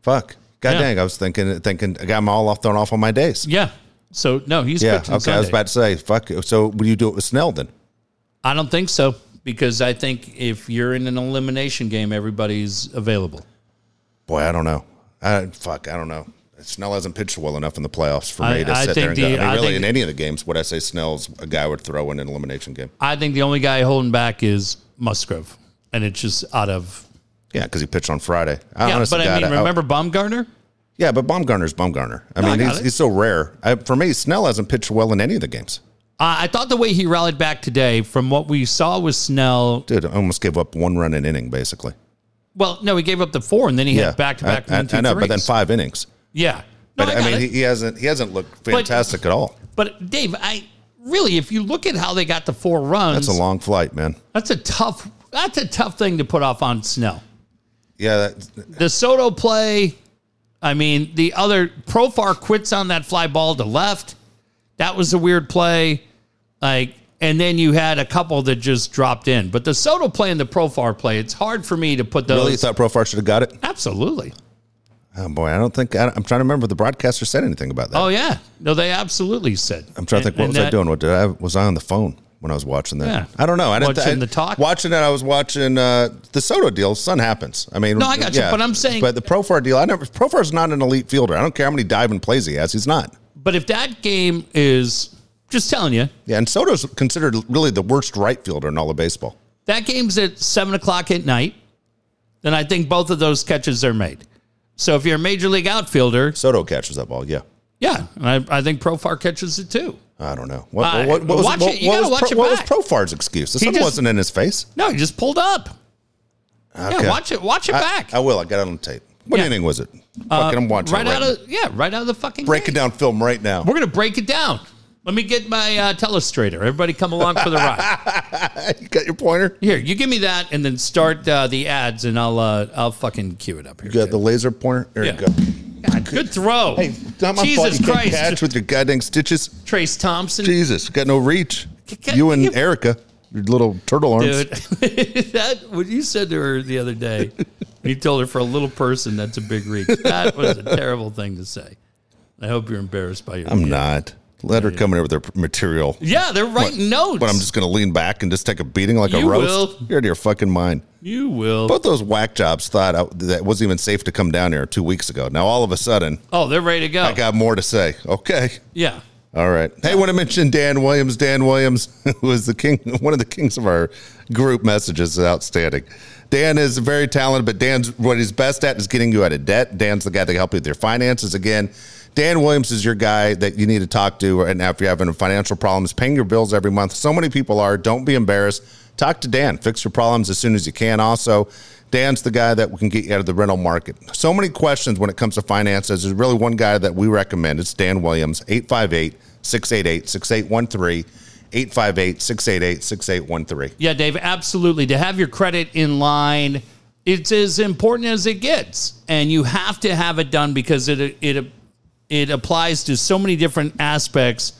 A: Fuck. God
B: Yeah.
A: dang, I was thinking, thinking, I got them all off, thrown off on my days.
B: Yeah. So no, he's
A: Yeah.
B: yeah,
A: Okay. I was about to say, fuck. you. So would you do it with Snell then?
B: I don't think so because I think if you're in an elimination game, everybody's available.
A: Boy, I don't know. I fuck, I don't know. Snell hasn't pitched well enough in the playoffs for me
B: I-
A: to
B: I
A: sit there and go. I
B: think the-
A: mean,
B: I
A: really,
B: think-
A: in any of the games, would I say Snell's a guy I would throw in an elimination game?
B: I think the only guy holding back is Musgrove, and it's just out of.
A: Yeah, because he pitched on Friday. I
B: Yeah,
A: honestly
B: but I
A: got
B: mean,
A: it. Oh,
B: remember Baumgartner?
A: yeah, but Baumgartner's Baumgartner. I mean,
B: I got
A: he's,
B: it.
A: he's so rare. I, for me, Snell hasn't pitched well in any of the games.
B: Uh, I thought the way he rallied back today, from what we saw with Snell,
A: Dude, I almost gave up one run an inning, basically.
B: well, no, he gave up the four, and then he
A: Yeah,
B: had back to back
A: I, I,
B: one, two,
A: I know, but then
B: threes.
A: five innings.
B: Yeah. No,
A: But
B: I,
A: I,
B: got
A: mean,
B: it.
A: he, he hasn't he hasn't looked fantastic at all.
B: but Dave, I really, if you look at how they got the four runs,
A: That's a long flight, man.
B: that's a tough. That's a tough thing to put off on Snell.
A: Yeah, that,
B: the Soto play, I mean, the other Profar quits on that fly ball to left. That was a weird play. Like, and then you had a couple that just dropped in. But the Soto play and the Profar play, it's hard for me to put those.
A: really, you thought Profar should have got it.
B: absolutely.
A: Oh boy, I don't think I, I'm trying to remember. if The broadcaster said anything about that.
B: Oh yeah. No, they absolutely said.
A: I'm trying to think. What was I doing? What did I was I on the phone when I was watching that?
B: Yeah.
A: I don't know. I didn't
B: Watching
A: I-
B: the talk?
A: Watching it, I was watching uh, the Soto deal. Sun happens. I mean,
B: No, I got you, but I'm saying-
A: but the Profar deal. I never. Profar's not an elite fielder. I don't care how many diving plays he has. He's not.
B: But if that game is just telling you,
A: Yeah, and Soto's considered really the worst right fielder in all of baseball.
B: that game's at seven o'clock at night, then I think both of those catches are made. So if you're a major league outfielder,
A: Soto catches that ball. Yeah.
B: Yeah, and I, I think Profar catches it too.
A: I don't know. What,
B: Uh,
A: what, what was,
B: watch
A: what,
B: it. You
A: what
B: gotta
A: was
B: watch
A: Pro-
B: it
A: what was
B: back.
A: Profar's excuse? The sun
B: just-
A: wasn't in his face.
B: No, he just pulled up.
A: Okay.
B: Yeah, watch it. Watch it
A: I,
B: back.
A: I will. I got it on tape. What
B: Yeah. Uh,
A: inning was it? Fucking, I'm watching
B: right
A: it
B: out
A: now.
B: of yeah, right out of the fucking
A: breaking
B: gate.
A: down film right now.
B: We're gonna break it down. Let me get my uh, telestrator. Everybody, come along for the ride.
A: you got your pointer?
B: Here, you give me that, and then start uh, the ads, and I'll uh, I'll fucking cue it up here.
A: You got the laser pointer? There
B: Yeah.
A: you go.
B: God, good throw.
A: Hey, not my fault
B: Jesus
A: you can't
B: Christ,
A: catch with your goddamn stitches.
B: Trace Thompson,
A: Jesus, got no reach.
B: Can-
A: you and
B: you-
A: Erica, your little turtle arms.
B: dude. that what you said to her the other day. You told her for a little person that's a big reach. That was a terrible thing to say. I hope you're embarrassed by your.
A: I'm not. Let her come in here with her material.
B: Yeah, they're writing notes.
A: But I'm just going to lean back and just take a beating like a
B: You
A: roast.
B: will.
A: You're out of your fucking mind.
B: you will.
A: Both those whack jobs thought I, that it wasn't even safe to come down here two weeks ago. Now, all of a sudden,
B: oh, they're ready to go.
A: I got more to say. Okay.
B: yeah.
A: All right. Hey, want to mention Dan Williams. Dan Williams was the king, one of the kings of our group messages. is Outstanding. Dan is very talented, but Dan's what he's best at is getting you out of debt. Dan's the guy that can help you with your finances. Again, Dan Williams is your guy that you need to talk to. And if you're having financial problems, paying your bills every month, so many people are. Don't be embarrassed. Talk to Dan. Fix your problems as soon as you can. Also, Dan's the guy that can get you out of the rental market. So many questions when it comes to finances. There's really one guy that we recommend. It's Dan Williams, 858 688 6813. 858 688 6813.
B: Yeah, Dave, absolutely. To have your credit in line, it's as important as it gets. And you have to have it done because it it it applies to so many different aspects.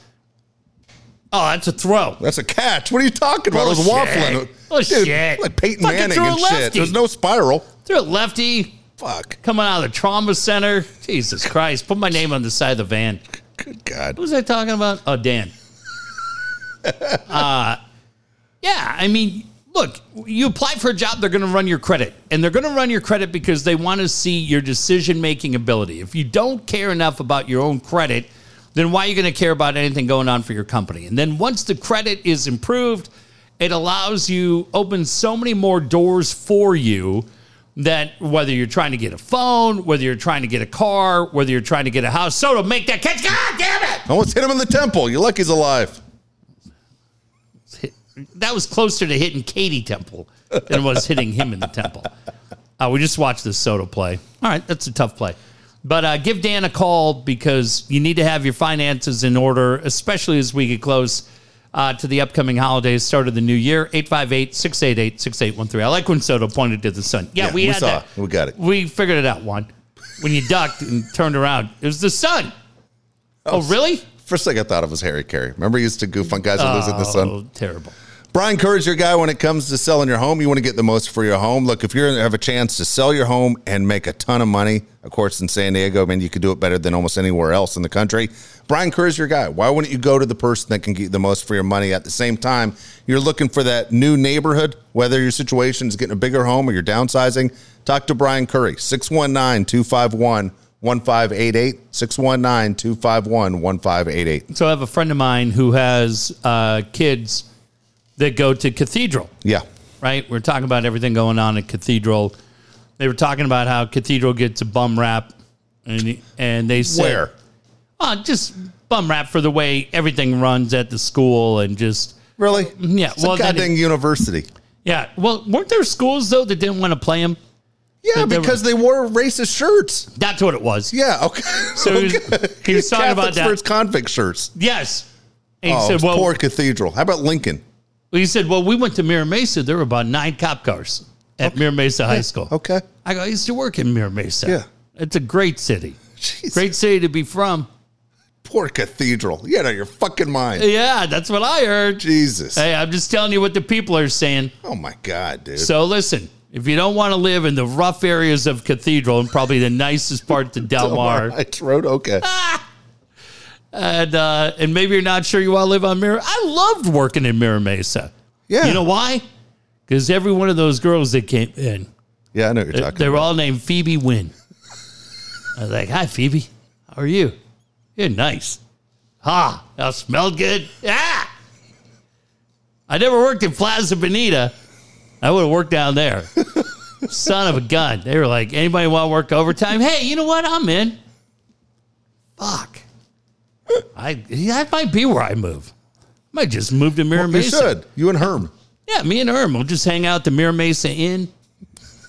B: Oh, that's a throw.
A: That's a catch. What are you talking about? I was
B: Bullshit.
A: waffling.
B: Bullshit.
A: Dude, like Peyton
B: Fucking
A: Manning
B: threw a
A: and shit.
B: lefty.
A: There's no spiral.
B: Through a lefty
A: Fuck.
B: coming out of the trauma center. Jesus Christ. Put my name on the side of the van.
A: Good God.
B: What was I talking about? Oh, Dan. uh, yeah, I mean, look, you apply for a job, they're going to run your credit. And they're going to run your credit because they want to see your decision making ability. If you don't care enough about your own credit, then why are you going to care about anything going on for your company? And then once the credit is improved, it allows you opens so many more doors for you that whether you're trying to get a phone, whether you're trying to get a car, whether you're trying to get a house, so to make that catch, god damn it!
A: I almost hit him in the temple. You're lucky he's alive.
B: hit- that was closer to hitting Katie Temple than it was hitting him in the temple. Uh, we just watched the Soto play. All right, that's a tough play. But uh, give Dan a call because you need to have your finances in order, especially as we get close uh, to the upcoming holidays, start of the new year, 858 688 6813. I like when Soto pointed to the sun. Yeah,
A: Yeah,
B: we,
A: we
B: had
A: saw.
B: that.
A: We got it.
B: We figured it out, Juan. When you ducked and turned around, it was the sun. Oh, really?
A: First thing I thought of was Harry Carey. Remember, he used to goof on guys who lose in the sun?
B: Oh, terrible.
A: Brian Kerr's your guy when it comes to selling your home. You want to get the most for your home. Look, if you have a chance to sell your home and make a ton of money, of course, in San Diego, man, you could do it better than almost anywhere else in the country. Brian Kerr's your guy. Why wouldn't you go to the person that can get the most for your money? At the same time, you're looking for that new neighborhood, whether your situation is getting a bigger home or you're downsizing. Talk to Brian Curry, 619 251 1588. 619 251 1588.
B: So I have a friend of mine who has uh, kids that go to Cathedral,
A: Yeah.
B: right? We're talking about everything going on at Cathedral. They were talking about how Cathedral gets a bum rap, and and they said
A: Where?
B: Oh, just bum rap for the way everything runs at the school and just
A: Really?
B: Yeah,
A: It's a
B: well, that
A: goddamn university.
B: yeah. Well, weren't there schools though that didn't want to play him?
A: Yeah,
B: That they were-
A: because they wore racist shirts.
B: That's what it was.
A: Yeah, okay.
B: So he was- he was talking about
A: Catholics
B: that.
A: versus convict shirts.
B: Yes. And he
A: Oh,
B: said, "Well,
A: poor cathedral. How about Lincoln?
B: he said, well, we went to Mira Mesa. There were about nine cop cars at Mira Mesa High School.
A: Okay,
B: I go, I used to work in Mira Mesa.
A: Yeah.
B: It's a great city.
A: Jeez,
B: Great city to be from.
A: poor cathedral. You out of your fucking mind.
B: Yeah, that's what I heard.
A: Jesus.
B: Hey, I'm just telling you what the people are saying.
A: Oh my God, dude.
B: So listen, if you don't want to live in the rough areas of Cathedral and probably the nicest part to Del Mar,
A: I wrote okay.
B: Ah. and uh, and maybe you're not sure you want to live on Mira, I loved working in Mira Mesa.
A: Yeah.
B: You know why? Because every one of those girls that came in,
A: yeah, I know what you're talking.
B: they were all named Phoebe Wynn. I was like, "Hi, Phoebe. How are you? You're nice. Ha! I smelled good. Yeah. I never worked in Plaza Bonita. I would have worked down there. Son of a gun. They were like, anybody want to work overtime? Hey, you know what? I'm in. Fuck. I yeah, that might be where I move. might just move to Mira
A: about. You
B: Mesa.
A: should. You and Herm.
B: Yeah, me and Erm will just hang out at the Mira Mesa Inn.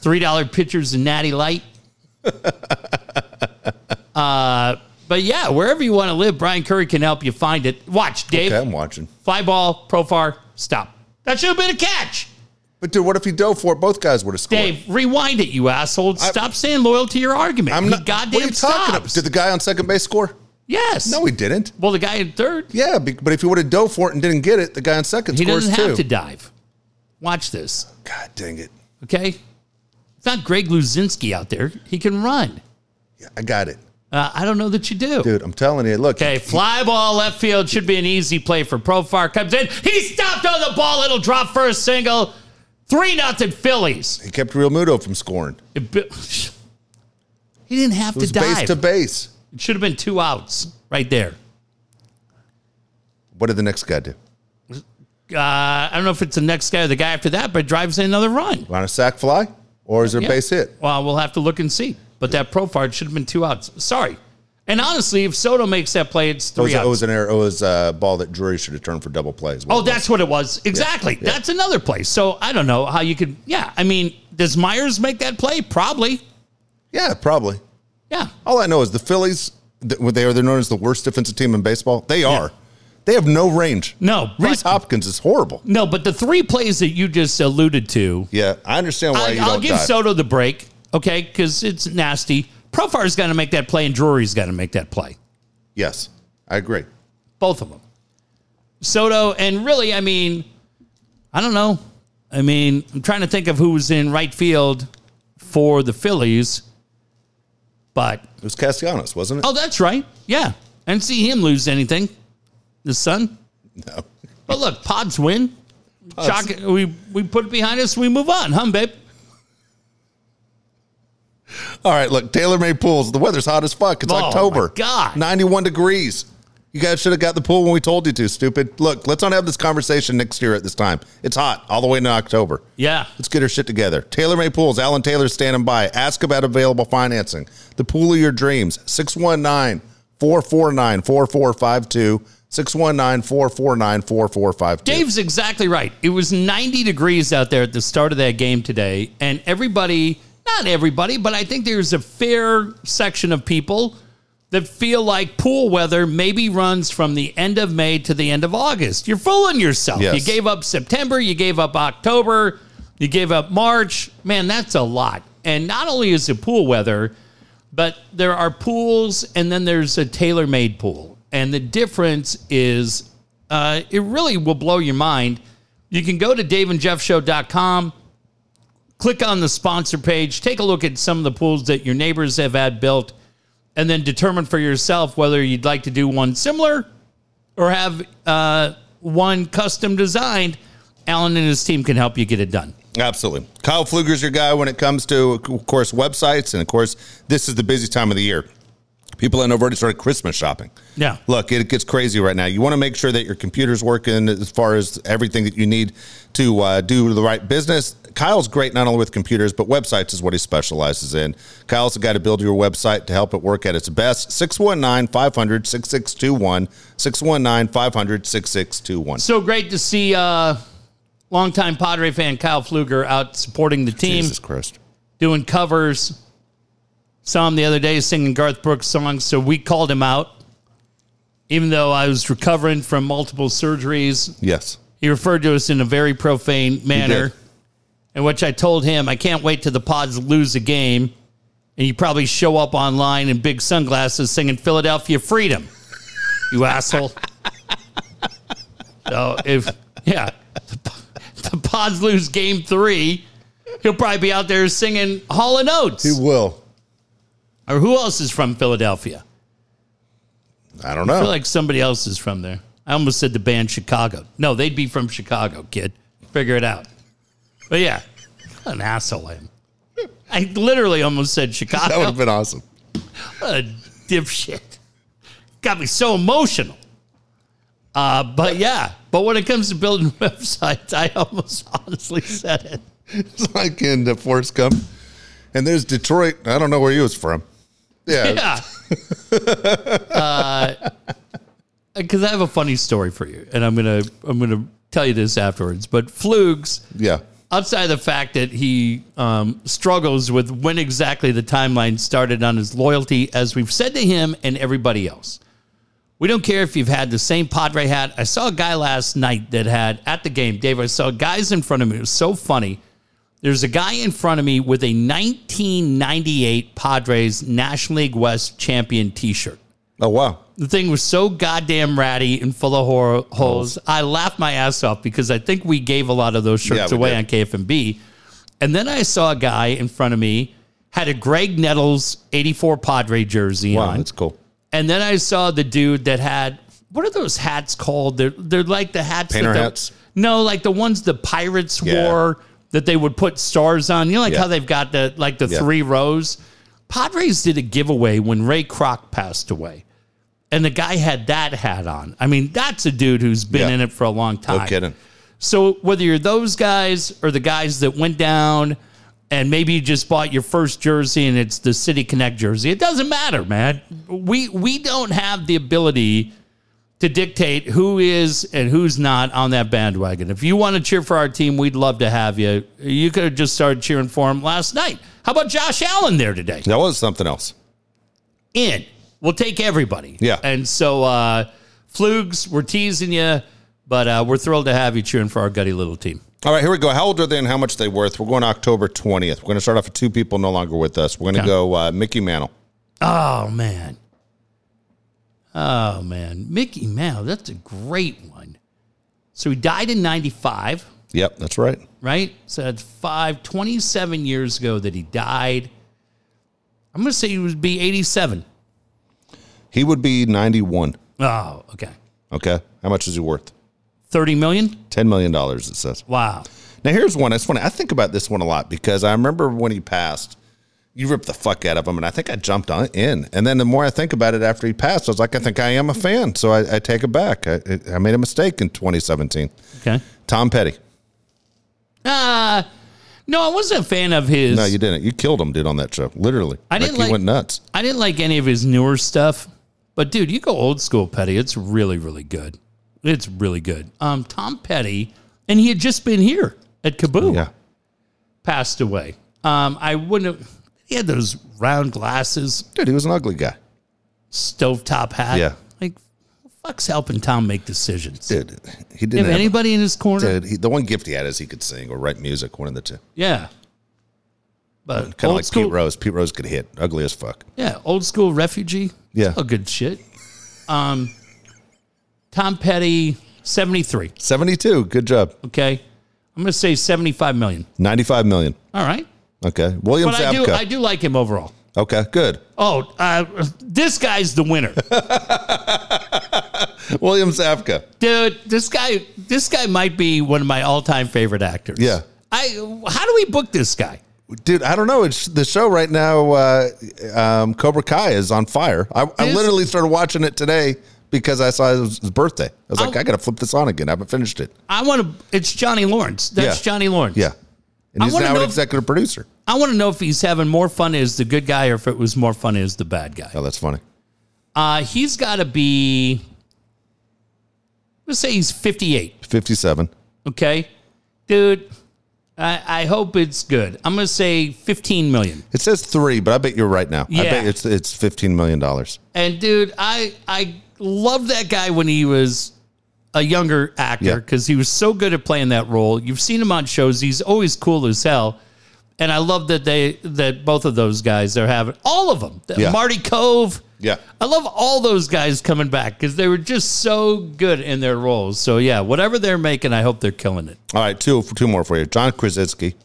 B: Three dollar pitchers and natty light. uh, but yeah, wherever you want to live, Brian Curry can help you find it. Watch Dave
A: Okay, I'm watching.
B: fly ball profar stop. That should have been a catch.
A: But dude, what if he dove for it? Both guys would have scored.
B: Dave, rewind it, you asshole. Stop saying loyal to your argument.
A: I'm
B: He
A: not.
B: goddamn
A: what are you talking about?
B: stops.
A: Did the guy on second base score?
B: yes.
A: No, he didn't.
B: well, the guy in third,
A: Yeah, be- but if he would have dove for it and didn't get it, the guy on second
B: he
A: scores
B: doesn't have
A: too.
B: to dive. Watch this.
A: God dang it!
B: Okay, it's not Greg Luzinski out there. He can run.
A: Yeah, I got it,
B: Uh, I don't know that you do.
A: dude. I'm telling you. Look,
B: Okay, fly ball left field should be an easy play for Profar. Comes in, he stopped on the ball. It'll drop for a single. Three nothing Phillies.
A: he kept Real Muto from scoring.
B: It bi- He didn't have
A: It
B: to
A: was base
B: dive.
A: to base.
B: it should have been two outs right there.
A: What did the next guy do?
B: Uh, I don't know if it's the next guy or the guy after that, but drives in another run.
A: On a sack fly, or is there a
B: Yeah.
A: base hit?
B: Well, we'll have to look and see. But that Profar should have been two outs. Sorry. And honestly, if Soto makes that play, it's
A: It
B: three
A: was, it
B: outs.
A: was an error. It was a ball that Drury should have turned for double plays.
B: Oh, that's what it was. Exactly. That's another place. So I don't know how you could. Yeah. I mean, does Myers make that play? Probably.
A: yeah, probably.
B: Yeah.
A: All I know is the Phillies. th- what They are they're known as the worst defensive team in baseball. They are. They have no range.
B: No,
A: Reese
B: but-
A: Hopkins is horrible.
B: No, but the three plays that you just alluded to,
A: Yeah, I understand why
B: I,
A: you
B: I'll
A: don't
B: give
A: dive.
B: Soto the break, okay? Because it's nasty. Profar's got to make that play, and Drury's got to make that play.
A: yes, I agree.
B: Both of them. Soto, and really, I mean, I don't know. I mean, I'm trying to think of who was in right field for the Phillies, but
A: It was Castellanos, wasn't it?
B: Oh, that's right. Yeah. I didn't see him lose anything. The son.
A: No.
B: But look, pods win. Shock, we we put it behind us. We move on, huh, babe?
A: All right, look, Taylor May pools. The weather's hot as fuck. It's
B: Oh,
A: October.
B: my God.
A: 91 degrees. You guys should have got the pool when we told you to, stupid. Look, let's not have this conversation next year at this time. It's hot all the way into October.
B: Yeah.
A: Let's get our shit together. Taylor May Pools, Alan Taylor standing by. Ask about available financing. The pool of your dreams, 619 449 4452. 619 449 4452.
B: Dave's exactly right. It was 90 degrees out there at the start of that game today, and everybody, not everybody, but I think there's a fair section of people that feel like pool weather maybe runs from the end of May to the end of August. You're fooling yourself.
A: Yes.
B: You gave up September, you gave up October, you gave up March. Man, that's a lot. And not only is it pool weather, but there are pools and then there's a tailor-made pool and the difference is uh, it really will blow your mind You can go to daveandjeffshow.com, click on the sponsor page, take a look at some of the pools that your neighbors have had built, and then determine for yourself whether you'd like to do one similar or have uh, one custom designed. Alan and his team can help you get it done.
A: Absolutely. Kyle Pfluger's your guy when it comes to, of course, websites. And of course, this is the busy time of the year. People have already started Christmas shopping.
B: Yeah.
A: Look, it gets crazy right now. You want to make sure that your computer's working as far as everything that you need to uh, do the right business. Kyle's great not only with computers, but websites is what he specializes in. Kyle's the guy to build your website to help it work at its best. 619 500 6621. 619 500 6621.
B: So great to see uh, longtime Padre fan Kyle Pfluger out supporting the team,
A: Jesus Christ.
B: doing covers. Saw him the other day singing Garth Brooks songs, so we called him out. Even though I was recovering from multiple surgeries,
A: Yes.
B: he referred to us in a very profane manner, in which I told him, I can't wait till the pods lose a game, and you probably show up online in big sunglasses singing Philadelphia Freedom, you asshole. so if, yeah, the, po- the pods lose game three, he'll probably be out there singing Hall and Oates.
A: will.
B: or who else is from Philadelphia?
A: I don't know.
B: I feel like somebody else is from there. I almost said the band Chicago. No, they'd be from Chicago, kid. Figure it out. But yeah, what an asshole I am. I literally almost said
A: that would have
B: Chicago.
A: been awesome.
B: What a dipshit. Got me so emotional. Uh, but yeah, but when it comes to building websites, I almost honestly said it.
A: It's like in the Forrest Gump. And there's Detroit. I don't know where he was from. Yeah.
B: Yeah. Because Uh, I have a funny story for you, and I'm gonna I'm gonna tell you this afterwards. But Flugs,
A: Yeah.
B: outside of the fact that he um, struggles with when exactly the timeline started on his loyalty, as we've said to him and everybody else. We don't care if you've had the same Padre hat. I saw a guy last night that had at the game, Dave. I saw guys in front of me. It was so funny. There's a guy in front of me with a 1998 Padres National League West champion T-shirt.
A: Oh, wow.
B: The thing was so goddamn ratty and full of hor- holes. I laughed my ass off because I think we gave a lot of those
A: Yeah,
B: shirts
A: we
B: away
A: did.
B: on KFMB. And then I saw a guy in front of me had a Greg Nettles 84 Padre jersey
A: Wow.
B: on.
A: That's cool.
B: And then I saw the dude that had what are those hats called? They're they're like the hats.
A: Painter
B: that the-
A: hats?
B: No, like the ones the pirates
A: Yeah.
B: wore that they would put stars on. You know, like
A: Yeah.
B: how they've got the like the
A: Yeah.
B: three rows. Padres did a giveaway when Ray Kroc passed away, and the guy had that hat on. I mean, that's a dude who's been
A: Yeah.
B: in it for a long time.
A: No kidding.
B: So whether you're those guys or the guys that went down and maybe you just bought your first jersey and it's the City Connect jersey, it doesn't matter, man. We we don't have the ability to dictate who is and who's not on that bandwagon. If you want to cheer for our team, we'd love to have you. You could have just started cheering for him last night. How about Josh Allen there today?
A: That was something else.
B: in. We'll take everybody.
A: Yeah.
B: And so, uh, Flugs, we're teasing you, but uh, we're thrilled to have you cheering for our gutty little team.
A: All right, here we go. How old are they and how much they worth? We're going October 20th. We're going to start off with two people no longer with us. We're going to
B: Okay.
A: go uh, Mickey Mantle.
B: Oh, man. Oh, man. Mickey Mouse, that's a great one. So he died in 95,
A: Yep, that's right.
B: right? So that's five, 27 years ago that he died. I'm going to say he would be 87.
A: He would be 91.
B: Oh, okay.
A: Okay. How much is he worth?
B: 30 million?
A: $10 million, it says.
B: Wow.
A: Now, here's one. It's funny. I think about this one a lot because I remember when he passed, you ripped the fuck out of him, and I think I jumped on in. And then the more I think about it after he passed, I was like, I think I am a fan. So I, I take it back. I, I made a mistake in 2017.
B: Okay.
A: Tom Petty.
B: Uh, no, I wasn't a fan of his.
A: No, you didn't. You killed him, dude, on that show. Literally.
B: I didn't
A: He
B: like-
A: went nuts.
B: I didn't like any of his newer stuff, but dude, you go old school Petty. It's really, really good. It's really good. Um, Tom Petty, and he had just been here at Kaboom,
A: Yeah.
B: passed away. Um, I wouldn't have. He had those round glasses,
A: Dude, he was an ugly guy.
B: stovetop hat.
A: Yeah.
B: like who the fuck's helping Tom make decisions.
A: Dude, he
B: If
A: didn't have
B: anybody in his corner,
A: dude, he, the one gift he had is he could sing or write music, one of the two.
B: yeah. But
A: Kind of
B: old
A: like
B: school,
A: Pete Rose. Pete Rose could hit. Ugly as fuck.
B: Yeah, old school refugee.
A: Yeah.
B: Oh, good shit. Um, Tom Petty. 73.
A: 72. Good job.
B: Okay. I'm going to say 75 million.
A: 95 million.
B: All right.
A: Okay. William
B: But I do,
A: Zabka.
B: I do like him overall.
A: okay. Good.
B: Oh, uh, this guy's the winner.
A: William Zabka.
B: Dude, this guy this guy might be one of my all-time favorite actors.
A: Yeah.
B: I how do we book this guy?
A: Dude, I don't know. It's the show right now. Uh, um, Cobra Kai is on fire. I, I
B: Is-
A: literally started watching it today because I saw it was his birthday. I was like,
B: I'll-
A: I got to flip this on again. I haven't finished it.
B: I want to it's Johnny Lawrence. That's
A: Yeah.
B: Johnny Lawrence.
A: Yeah. And
B: I
A: he's
B: wanna
A: now
B: know
A: an
B: if-
A: executive producer.
B: I want to know if he's having more fun as the good guy or if it was more fun as the bad guy.
A: Oh, that's funny.
B: Uh, he's got to be let's say he's 58.
A: 57.
B: Okay, dude. I, I hope it's good. I'm gonna say 15 million.
A: It says three, but I bet you're right now. I
B: Yeah.
A: bet it's it's fifteen million dollars.
B: And dude, I I loved that guy when he was a younger
A: Yeah.
B: actor because he was so good at playing that role. You've seen him on shows. He's always cool as hell. And I love that they that both of those guys are having all of them.
A: Yeah.
B: Marty Cove.
A: Yeah.
B: I love all those guys coming back because they were just so good in their roles. So yeah, whatever they're making, I hope they're killing it.
A: All right, two two more for you. John Krasinski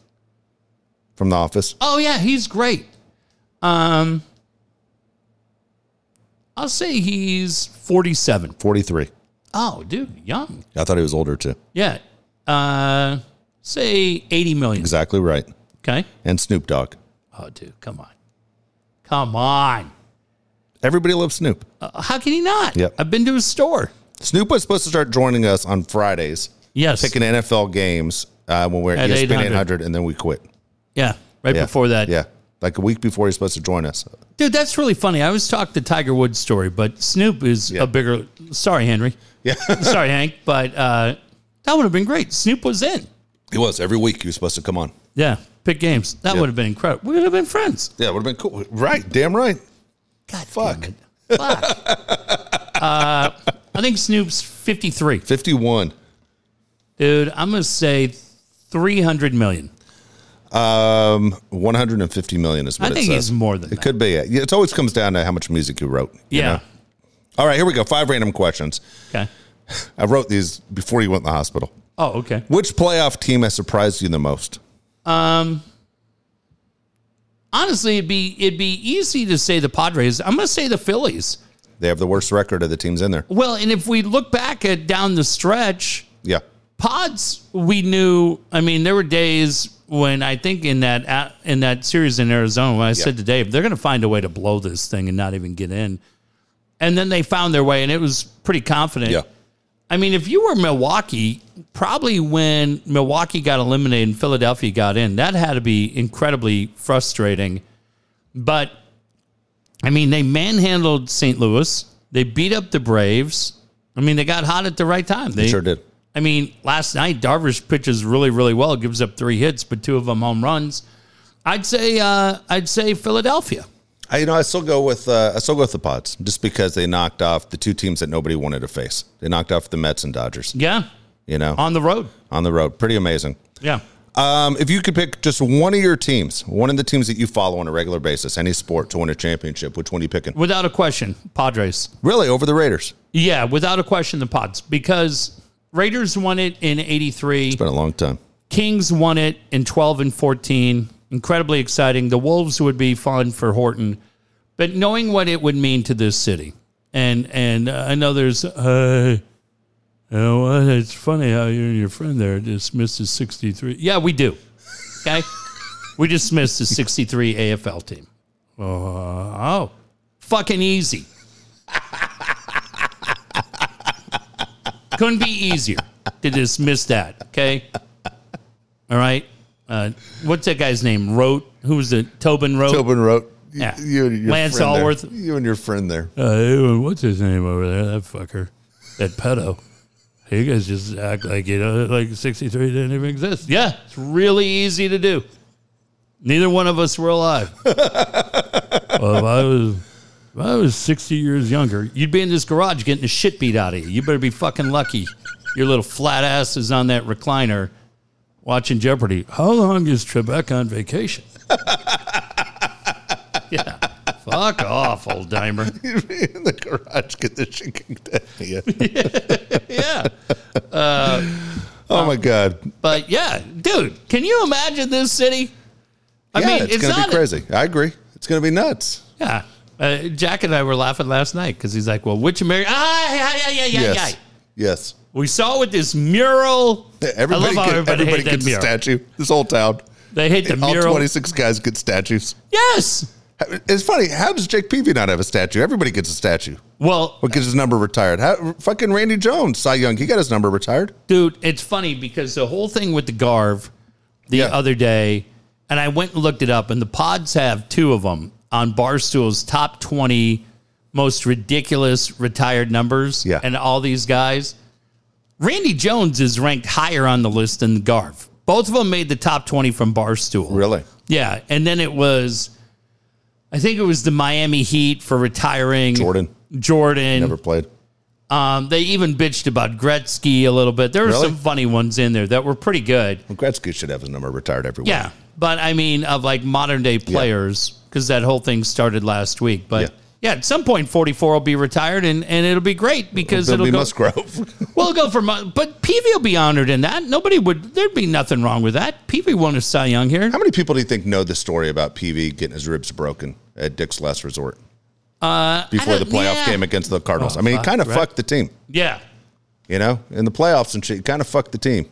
A: from The Office.
B: Oh yeah, he's great. Um, I'll say he's forty-seven.
A: Forty three.
B: Oh, dude, young.
A: I thought he was older too.
B: Yeah. Uh, say eighty million.
A: Exactly right.
B: Okay.
A: And Snoop Dogg.
B: Oh, dude, come on, come on.
A: Everybody loves Snoop.
B: Uh, how can he not?
A: Yep.
B: I've been to his store.
A: Snoop was supposed to start joining us on Fridays,
B: Yes.
A: picking NFL games uh, when we we're at
B: At
A: ESPN
B: 800.
A: eight hundred, and then we quit.
B: yeah. Right
A: Yeah.
B: before that.
A: yeah, like a week before he's supposed to join us.
B: Dude, that's really funny. I always talk the Tiger Woods story, but Snoop is
A: Yeah.
B: a bigger. Sorry, Henry.
A: Yeah,
B: sorry, Hank. But uh, that would have been great. Snoop was in.
A: he was every week. He was supposed to come on.
B: Yeah, pick games. That
A: Yeah.
B: would have been incredible. We would have been friends.
A: Yeah, would have been cool. Right, damn right.
B: God,
A: Fuck.
B: damn it. Fuck. uh, I think Snoop's fifty-three.
A: Fifty one.
B: Dude, I'm gonna say three hundred million.
A: Um, one hundred and fifty million is what
B: I
A: it
B: think
A: says.
B: he's more than
A: It
B: that.
A: could be. It It always comes down to how much music you wrote. you
B: yeah.
A: know? All right, here we go. Five random questions.
B: Okay.
A: I wrote these before you went in the hospital.
B: Oh, okay.
A: Which playoff team has surprised you the most?
B: Um. Honestly, it'd be it'd be easy to say the Padres. I'm gonna say the Phillies.
A: They have the worst record of the teams in there.
B: Well, and if we look back at down the stretch,
A: Yeah.
B: pods we knew i mean there were days when i think in that in that series in arizona when i said to dave they're going to find a way to blow this thing and not even get in and then they found their way and it was pretty confident
A: Yeah.
B: i mean if you were milwaukee probably when milwaukee got eliminated and philadelphia got in that had to be incredibly frustrating but i mean they manhandled st louis they beat up the braves i mean they got hot at the right time they
A: Sure did.
B: I mean, last night Darvish pitches really, really well. Gives up three hits, but two of them home runs. I'd say, uh, I'd say Philadelphia.
A: I, you know, I still go with uh, I still go with the Pods just because they knocked off the two teams that nobody wanted to face. They knocked off the Mets and Dodgers.
B: Yeah,
A: You know, on,
B: on the road.
A: the road, pretty amazing.
B: Yeah,
A: Um, if you could pick just one of your teams, one of the teams that you follow on a regular basis, any sport to win a championship, which one are you picking?
B: without a question, Padres.
A: Really, over the Raiders?
B: Yeah, without a question, the Pods because Raiders won it in '83.
A: Been a long time.
B: Kings won it in 12 and 14. Incredibly exciting. The Wolves would be fun for Horton, but knowing what it would mean to this city, and and uh, I know there's uh, you know what? It's funny how you and your friend there dismissed his 63. Yeah, we do. Okay, we dismissed the 63 AFL team. Uh, oh, fucking easy. Couldn't be easier to dismiss that. Okay. All right. Uh, what's that guy's name? Rote? Who was it? Tobin Rote?
A: Tobin wrote.
B: Yeah. you and your Lance friend there. Allworth.
A: You and your friend there.
B: Uh, what's his name over there? That fucker. That pedo. You guys just act like you know, like '63 didn't even exist. Yeah, it's really easy to do. Neither one of us were alive. well, if I was, if I was 60 years younger, you'd be in this garage getting the shit beat out of you. You better be fucking lucky. Your little flat ass is on that recliner, watching Jeopardy. How long is Trebek on vacation? yeah, Fuck off, old timer.
A: in the garage, get this shit kicked out of you.
B: Yeah.
A: Oh my god!
B: But yeah, dude, can you imagine this city? I
A: yeah,
B: mean,
A: it's, gonna
B: not
A: be crazy. I agree. It's gonna be nuts.
B: Yeah. Uh, Jack and I were laughing last night because he's like, well, which American? Ah, yeah, yeah, yeah, yeah,
A: yes.
B: yeah.
A: Yes.
B: We saw with this mural.
A: Everybody,
B: I love
A: get,
B: how everybody,
A: everybody
B: hates that
A: gets a
B: mural.
A: statue. This whole town.
B: They hate the
A: All
B: mural.
A: 26 guys get statues.
B: Yes.
A: It's funny. How does Jake Peavy not have a statue? Everybody gets a statue.
B: Well,
A: What gets his number retired? How fucking Randy Jones, Cy Young, he got his number retired.
B: dude, it's funny because the whole thing with the Garv the
A: Yeah.
B: other day, and I went and looked it up, and the pods have two of them on Barstool's top 20 most ridiculous retired numbers.
A: Yeah.
B: And all these guys. Randy Jones is ranked higher on the list than Garv. Both of them made the top 20 from Barstool.
A: Really?
B: Yeah. And then it was, I think it was the Miami Heat for retiring
A: Jordan
B: Jordan.
A: never played.
B: Um, they even bitched about Gretzky a little bit. There were
A: Really?
B: some funny ones in there that were pretty good.
A: Well, Gretzky should have his number retired every week.
B: Yeah. But I mean, of like modern day players, because that whole thing started last week. But yeah. at some point, 44 will be retired and, and it'll be great because
A: It'll,
B: it'll,
A: be
B: go.
A: Musgrove.
B: We'll go for, Mu- but Peavy will be honored in that. Nobody would, there'd be nothing wrong with that. Peavy won a Cy Young here.
A: How many people do you think know the story about PV getting his ribs broken at Dick's Last Resort? Uh, Before the
B: don't-
A: playoff
B: yeah.
A: game against the Cardinals.
B: Oh,
A: I mean, he
B: fuck,
A: kind of
B: right.
A: fucked the team,
B: Yeah.
A: you know, in the playoffs and shit. He kind of fucked the team.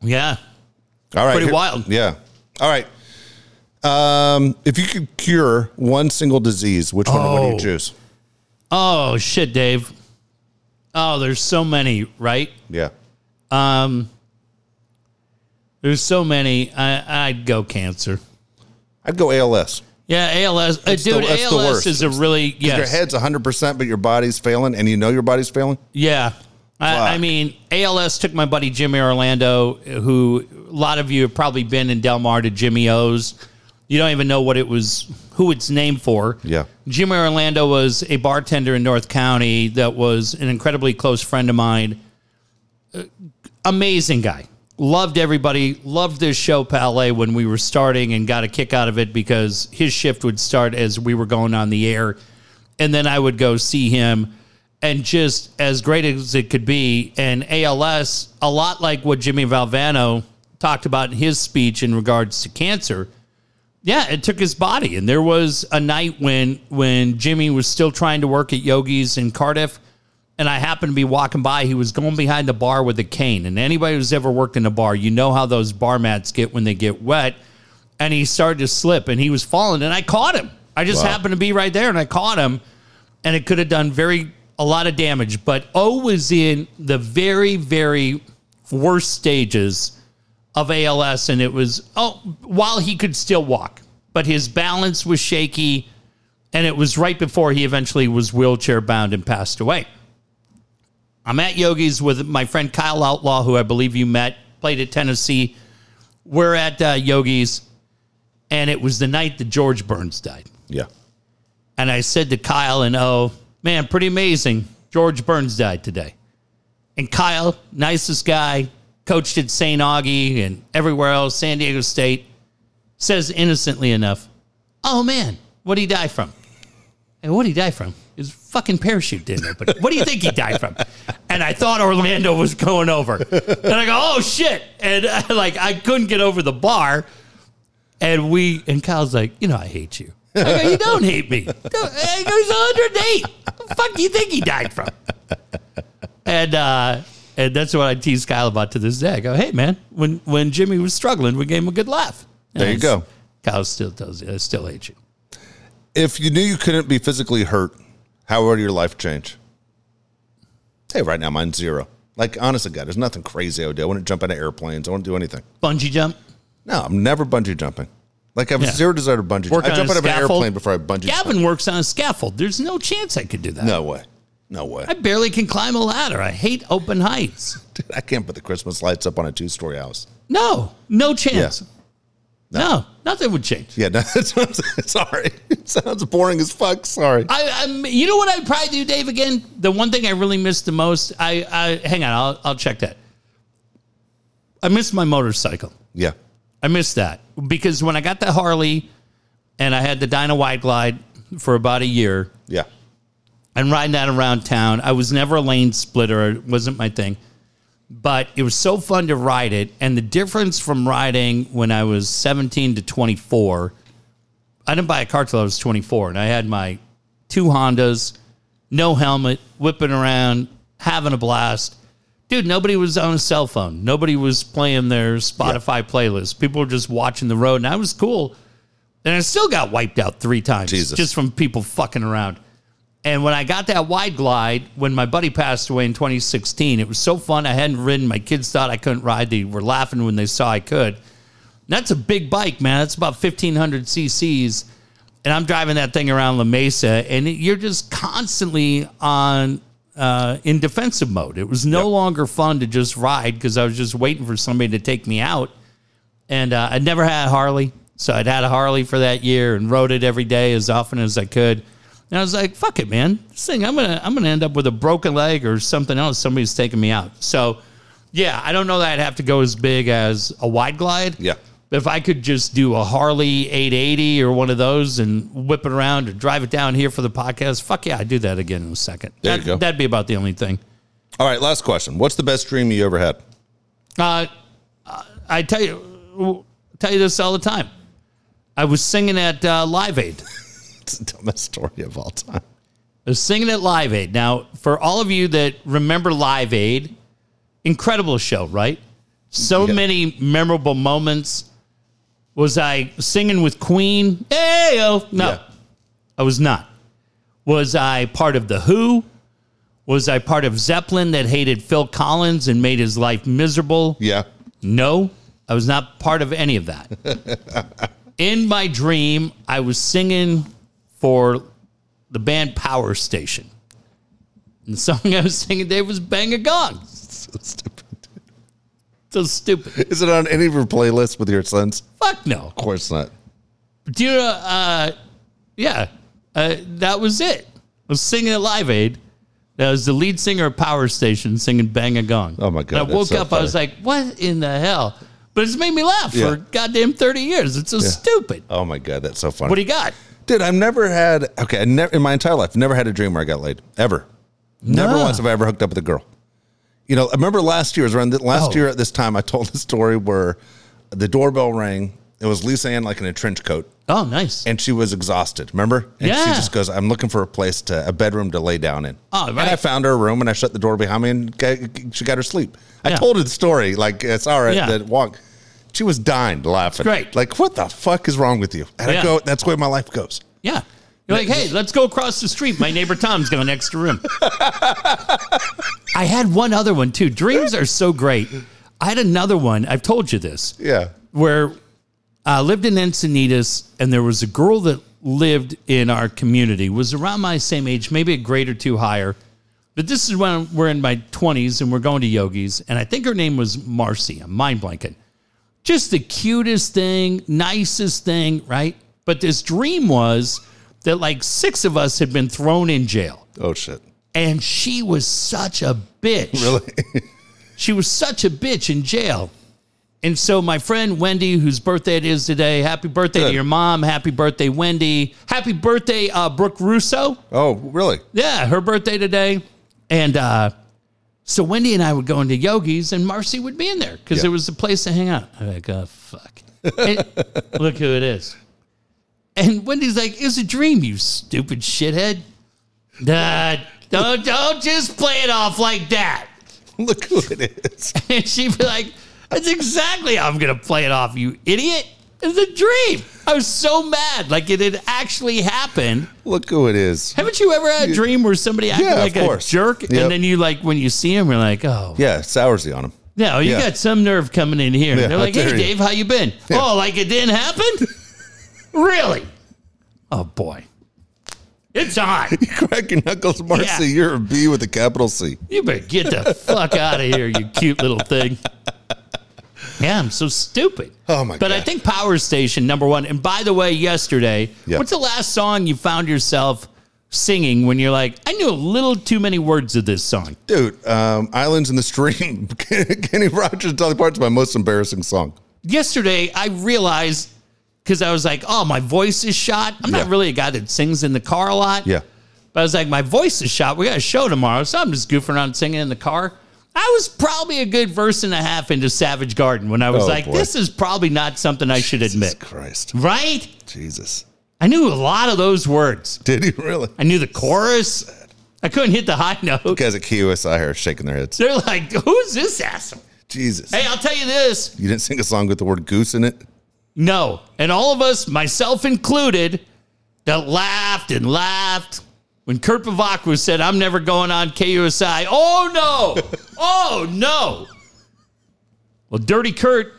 B: Yeah.
A: All right.
B: Pretty wild.
A: Yeah. All right. Um, if you could cure one single disease, which one would
B: Oh.
A: you choose?
B: Oh, shit, Dave. Oh, there's so many, right?
A: Yeah.
B: Um, there's so many. I, I'd go cancer.
A: I'd go ALS.
B: Yeah, ALS. Uh,
A: the-
B: dude,
A: that's the
B: ALS
A: worst.
B: is a really
A: Your
B: yes.
A: head's 100%, but your body's failing, and you know your body's failing.
B: yeah. I, I
A: Fuck.
B: mean, ALS took my buddy Jimmy Orlando, who a lot of you have probably been in Del Mar to Jimmy O's. You don't even know what it was, who it's named for.
A: Yeah.
B: Jimmy Orlando was a bartender in North County that was an incredibly close friend of mine. Uh, Amazing guy. Loved everybody. Loved this show, Palais, when we were starting and got a kick out of it because his shift would start as we were going on the air. And then I would go see him and just as great as it could be. And ALS, a lot like what Jimmy Valvano talked about in his speech in regards to cancer. Yeah, it took his body, and there was a night when when Jimmy was still trying to work at Yogi's in Cardiff, and I happened to be walking by. He was going behind the bar with a cane, and anybody who's ever worked in a bar, you know how those bar mats get when they get wet. And he started to slip, and he was falling, and I caught him. I just
A: Wow.
B: happened to be right there, and I caught him, and it could have done very a lot of damage. But O was in the very very worst stages of ALS, and it was oh while he could still walk, but his balance was shaky, and it was right before he eventually was wheelchair bound and passed away. I'm at Yogi's with my friend Kyle Outlaw, who I believe you met, played at Tennessee. We're at uh, Yogi's, and it was the night that George Burns died.
A: Yeah.
B: And I said to Kyle and Oh, man, pretty amazing. George Burns died today. And Kyle, nicest guy, coached at St. Augie and everywhere else, San Diego State, says innocently enough, Oh man, what'd he die from? And what'd he die from? His fucking parachute didn't open. What do you think he died from? And I thought Orlando was going over. And I go, oh shit. And I, like, I couldn't get over the bar. And we, and Kyle's like, you know, I hate you. I go, you don't uh, hate me. Dude, I go, he's 108. What the fuck do you think he died from? And, uh, and that's what I tease Kyle about to this day. I go, hey man, when, when Jimmy was struggling, we gave him a good laugh.
A: There you
B: And
A: go.
B: Kyle still tells you, I still hate you.
A: If you knew you couldn't be physically hurt, how would your life change? Hey, right now, mine's zero. Like, honest to God, there's nothing crazy I would do. I wouldn't jump out of airplanes. I wouldn't do anything.
B: Bungee jump.
A: No, I'm never bungee jumping. Like, I have
B: Yeah.
A: zero desire to bungee
B: Work
A: jump. I
B: on
A: jump
B: a
A: out of an
B: scaffold.
A: airplane before I bungee jump.
B: Gavin works on a scaffold. There's no chance I could do that.
A: No way. No way.
B: I barely can climb a ladder. I hate open heights.
A: Dude, I can't put the Christmas lights up on a two story house.
B: No, no chance.
A: Yeah.
B: No. nothing would change.
A: Yeah, no, that's what I'm saying. Sorry. It sounds boring as fuck. Sorry.
B: I, I'm, you know what I'd probably do, Dave? Again, the one thing I really missed the most. I, I hang on. I'll, I'll check that. I missed my motorcycle.
A: Yeah.
B: I missed that because when I got the Harley and I had the Dyna Wide Glide for about a year
A: Yeah.
B: and riding that around town. I was never a lane splitter, it wasn't my thing. But it was so fun to ride it. And the difference from riding when I was 17 to 24, I didn't buy a car till I was 24. And I had my two Hondas, no helmet, whipping around, having a blast. Dude, nobody was on a cell phone. Nobody was playing their Spotify playlist. People were just watching the road. And I was cool. And I still got wiped out three times
A: Jesus.
B: just from people fucking around. And when I got that wide glide, when my buddy passed away in 2016, it was so fun. I hadn't ridden. My kids thought I couldn't ride. They were laughing when they saw I could. And that's a big bike, man. That's about 1,500 cc's. And I'm driving that thing around La Mesa, and it, you're just constantly on uh, in defensive mode. It was no
A: Yep.
B: longer fun to just ride because I was just waiting for somebody to take me out and uh, I'd never had a Harley, so I'd had a Harley for that year and rode it every day as often as I could. And I was like, "Fuck it, man! This thing, I'm gonna, I'm gonna end up with a broken leg or something else. Somebody's taking me out." So, yeah, I don't know that I'd have to go as big as a wide glide.
A: Yeah.
B: But if I could just do a Harley 880 or one of those and whip it around or drive it down here for the podcast, fuck yeah, I'd do that again in a second.
A: There you
B: that,
A: go.
B: That'd be about the only thing.
A: All right. Last question. What's the best dream you ever had?
B: Uh, I tell you, tell you this all the time. I was singing at uh, Live Aid. I
A: It's the dumbest story of all time.
B: was singing at Live Aid. Now, for all of you that remember Live Aid, incredible show, right? So
A: Yeah.
B: many memorable moments. Was I singing with Queen? Hey, oh, no,
A: Yeah.
B: I was not. Was I part of The Who? Was I part of Zeppelin that hated Phil Collins and made his life miserable?
A: Yeah.
B: No, I was not part of any of that. In my dream, I was singing for the band Power Station. And the song I was singing today was Bang a Gong.
A: So stupid.
B: So stupid.
A: Is it on any of your playlists with your sons?
B: Fuck no.
A: Of course not.
B: Do you know, uh, yeah, uh, that was it. I was singing at Live Aid. That was the lead singer of Power Station singing Bang a Gong.
A: Oh, my God,
B: And I
A: that's
B: woke
A: so
B: up, I was
A: funny.
B: like, what in the hell? But it's made me laugh
A: Yeah.
B: for goddamn 30 years. It's so stupid.
A: Oh my god, that's so funny.
B: What do you got?
A: Dude, I've never had okay, I never in my entire life, never had a dream where I got laid. Ever. Never
B: Nah.
A: once have I ever hooked up with a girl. You know, I remember last year, it was around the, last
B: Oh.
A: year at this time, I told the story where the doorbell rang. It was Lisa Ann like in a trench coat
B: Oh, nice.
A: and she was exhausted, remember? And she
B: Yeah.
A: just goes, I'm looking for a place to a bedroom to lay down in.
B: Oh,
A: And
B: right.
A: I found her a room and I shut the door behind me and ga- she got her sleep. I
B: Yeah.
A: told her the story, like it's all right
B: Yeah.
A: that walk. She was dying laughing.
B: Great.
A: Like, what the fuck is wrong with you? And
B: Yeah.
A: I go, that's where my life goes.
B: yeah. You're like, hey, let's go across the street. My neighbor Tom's going next to room. I had one other one too. Dreams are so great. I had another one. I've told you this.
A: Yeah.
B: where I lived in Encinitas, and there was a girl that lived in our community, was around my same age, maybe a grade or two higher. But this is when we're in my 20s and we're going to Yogi's, and I think her name was Marcy. I'm mind blanking. Just the cutest thing, nicest thing, right? But this dream was that like six of us had been thrown in jail,
A: Oh shit.
B: and she was such a bitch.
A: Really?
B: She was such a bitch in jail. And so my friend Wendy, whose birthday it is today, happy birthday to
A: Good.
B: your mom. Happy birthday, Wendy. Happy birthday, uh, Brooke Russo.
A: oh, really?
B: Yeah, her birthday today. And uh, so Wendy and I would go into Yogi's, and Marcy would be in there because
A: Yeah.
B: it was the place to hang out. I'm like, oh, fuck. And look who it is. And Wendy's like, it was a dream, you stupid shithead. Nah, don't, don't just play it off like that.
A: Look who it is.
B: And she'd be like, That's exactly how I'm going to play it off, you idiot. It's a dream. I was so mad. Like it had actually happened.
A: Look who it is.
B: Haven't you ever had a dream where somebody acted
A: Yeah, of
B: like a
A: course.
B: jerk?
A: Yep.
B: And then you like, when you see him, you're like, Oh,
A: Yeah, soursy on him.
B: no, you
A: Yeah.
B: got some nerve coming in here.
A: Yeah,
B: They're like,
A: I
B: Hey,
A: dare you."
B: Dave, how you been? Oh, like it didn't happen? really? Oh, boy. It's on.
A: Crack your knuckles, Marcy.
B: Yeah.
A: You're a B with a capital C.
B: You better get the fuck out of here, you cute little thing. Yeah, I'm so stupid.
A: Oh, my
B: But I
A: God.
B: think Power Station number one. And by the way, yesterday,
A: Yeah.
B: what's the last song you found yourself singing when you're like, I knew a little too many words of this song.
A: Dude, um, Islands in the Stream. Kenny Rogers, Dolly Parton's my most embarrassing song.
B: Yesterday, I realized because I was like, oh, my voice is shot. I'm not
A: Yeah.
B: really a guy that sings in the car a lot.
A: Yeah.
B: But I was like, my voice is shot. We got a show tomorrow. So I'm just goofing around singing in the car. I was probably a good verse and a half into Savage Garden when I was
A: Oh,
B: like,
A: boy.
B: this is probably not something I should
A: Jesus
B: admit.
A: Christ.
B: Right?
A: Jesus.
B: I knew a lot of those words.
A: Did he really?
B: I knew the chorus. I couldn't hit the high note.
A: Guys at QSI are shaking their heads.
B: They're like, who's this asshole?
A: Jesus.
B: Hey, I'll tell you this.
A: You didn't sing a song with the word goose in it?
B: No. And all of us, myself included, that laughed and laughed when Kurt Pavakwa said, I'm never going on KUSI. Oh, no. oh, no. Well, Dirty Kurt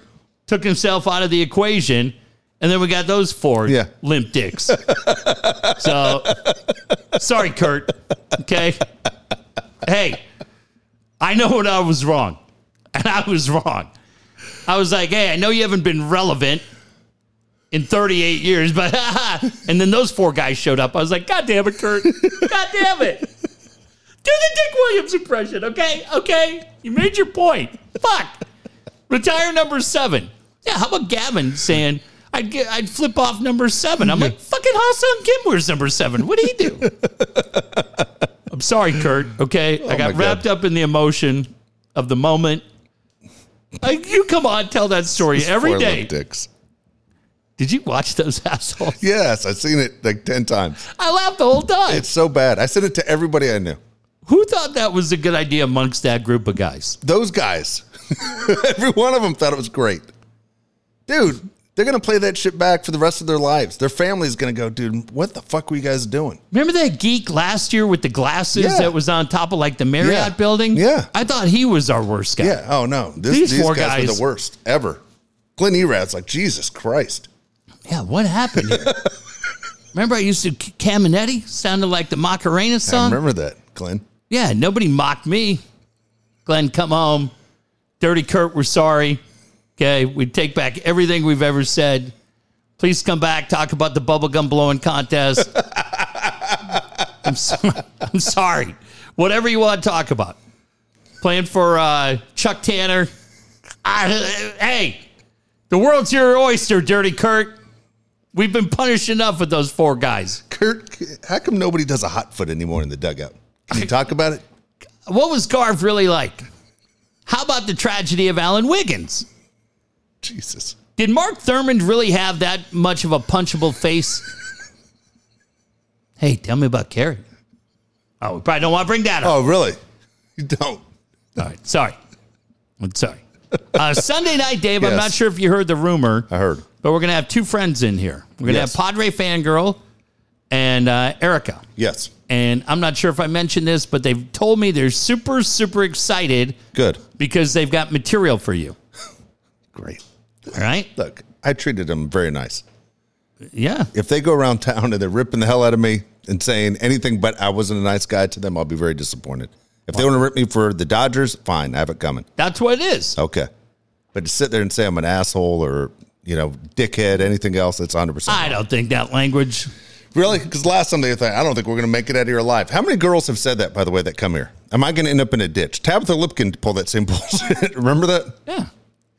B: took himself out of the equation. And then we got those four
A: Yeah.
B: limp dicks. so, sorry, Kurt. Okay. Hey, I know what I was wrong. And I was wrong. I was like, hey, I know you haven't been relevant in 38 years, but and then those four guys showed up. I was like, God damn it, Kurt. God damn it. Do the Dick Williams impression, okay? Okay. You made your point. Fuck. Retire number seven. Yeah, how about Gavin saying, I'd, get, I'd flip off number seven. I'm like, fucking Hassan Kim wears number seven. What'd he do? I'm sorry, Kurt, okay? I
A: Oh my
B: got
A: God.
B: wrapped up in the emotion of the moment. Like, you come on, tell that story every
A: Four little
B: day.
A: Dicks.
B: Did you watch those assholes?
A: Yes, I've seen it like 10 times.
B: I laughed the whole time.
A: It's so bad. I sent it to everybody I knew.
B: Who thought that was a good idea amongst that group of guys?
A: Those guys. Every one of them thought it was great. Dude, they're going to play that shit back for the rest of their lives. Their family's going to go, dude, what the fuck were you guys doing?
B: Remember that geek last year with the glasses
A: Yeah.
B: that was on top of like the Marriott
A: Yeah.
B: building?
A: Yeah.
B: I thought he was our worst guy.
A: Yeah. Oh, no. This,
B: These
A: these
B: four
A: guys, were
B: guys-
A: the worst ever. Glenn Erad's like, Jesus Christ.
B: Yeah, what happened? here? remember I used to Caminetti sounded like the Macarena
A: I
B: song?
A: remember that, Glenn.
B: Yeah, nobody mocked me. Glenn, come home. Dirty Kurt, we're sorry. Okay, we take back everything we've ever said. Please come back, talk about the bubblegum blowing contest. I'm, so- I'm sorry. Whatever you want to talk about. Playing for uh, Chuck Tanner. I, hey, the world's your oyster, Dirty Kurt. We've been punished enough with those four guys.
A: Kurt, how come nobody does a hot foot anymore in the dugout? Can you talk about it?
B: what was Garv really like? How about the tragedy of Alan Wiggins?
A: Jesus.
B: Did Mark Thurmond really have that much of a punchable face? hey, tell me about Kerry. Oh, we probably don't want to bring that up.
A: Oh, really? You don't. Oh.
B: All right, sorry. I'm sorry. Uh, Sunday night, Dave, I'm
A: Yes.
B: not sure if you heard the rumor,
A: I heard.
B: but we're going to have two friends in here. We're going to
A: Yes.
B: have Padre Fangirl and uh, Erica.
A: Yes.
B: And I'm not sure if I mentioned this, but they've told me they're super, super excited
A: Good.
B: because they've got material for you.
A: Great.
B: All right.
A: Look, I treated them very nice.
B: Yeah.
A: If they go around town and they're ripping the hell out of me and saying anything but I wasn't a nice guy to them, I'll be very disappointed. If they want to rip me for the Dodgers, fine, I have it coming.
B: That's what it is.
A: Okay. But to sit there and say I'm an asshole or, you know, dickhead, anything else, it's 100%.
B: I don't think that language.
A: Really? Because last time they thought, I don't think we're going to make it out of your life. How many girls have said that, by the way, that come here? Am I going to end up in a ditch? Tabitha Lipkin pulled that same bullshit. Remember that?
B: Yeah.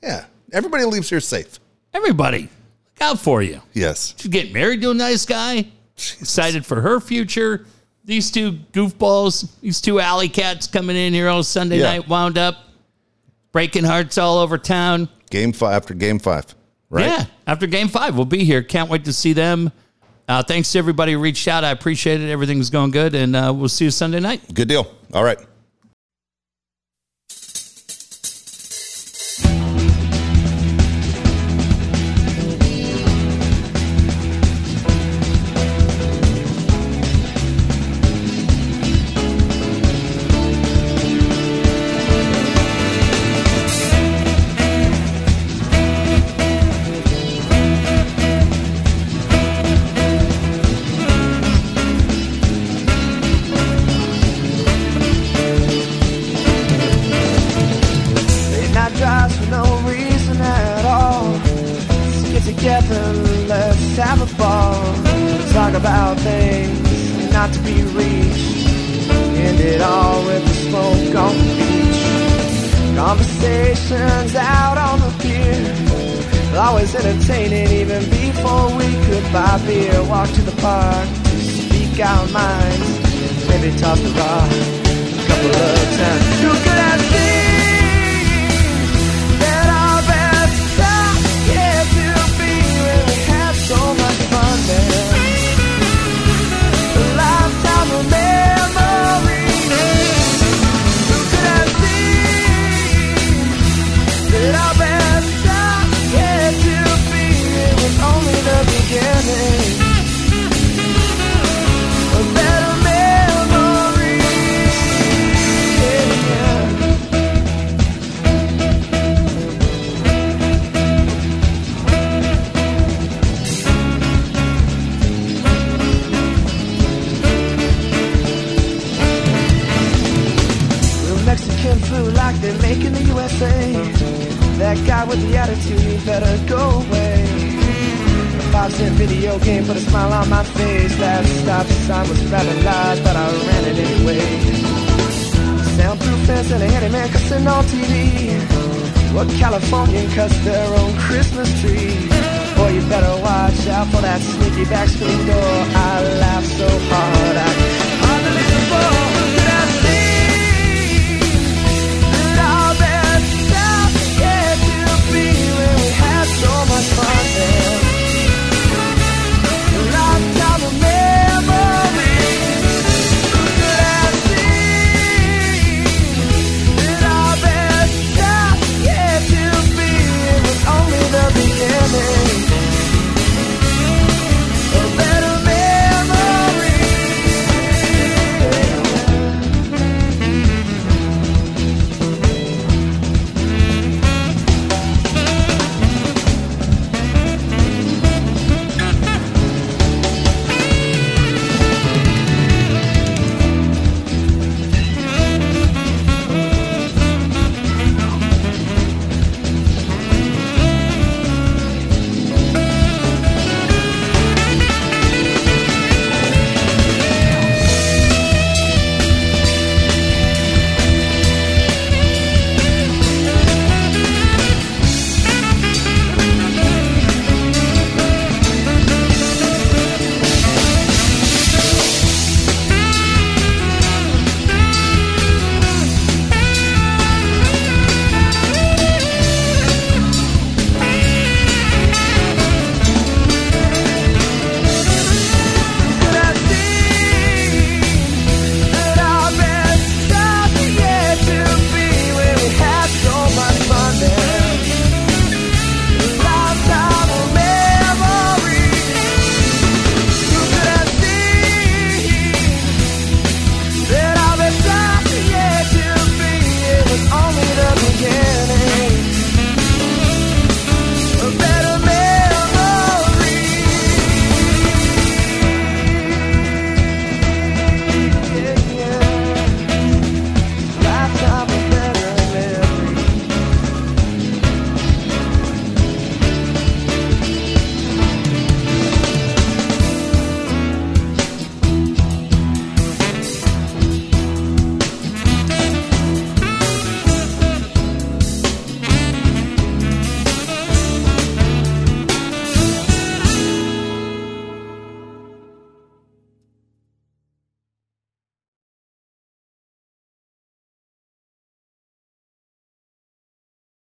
A: Yeah. Everybody leaves here safe.
B: Everybody, look out for you.
A: Yes.
B: She's getting married to a nice guy. Excited for her future. These two goofballs, these two alley cats coming in here on Sunday
A: Yeah.
B: night, wound up breaking hearts all over town.
A: Game five after game five, right?
B: Yeah. After game five, we'll be here. Can't wait to see them. Uh, thanks to everybody who reached out. I appreciate it. Everything's going good, and uh, we'll see you Sunday night.
A: Good deal. All right.
C: Late night drives for no reason at all. Let's get together, let's have a ball. Talk about things not to be reached. End it all with a smoke on the beach. Conversations out on the pier. Always entertaining even before we could buy beer. Walk to the park, speak our minds, maybe toss the rock a couple of times. You could have seen that our best stuff yet to be when we had so much fun then. A lifetime of memories. You could have seen that our best stuff yet to be. It was only the beginning. A better memory. Yeah. Real Mexican food like they make in the USA. That guy with the attitude, he better go away. A five cent video game put a smile on my face. That stop sign was rather large, but I ran it anyway. Soundproof fence and a handyman cussing on TV. What Californian cuts their own Christmas tree? Boy, you better watch out for that sneaky back screen door. I laughed so hard I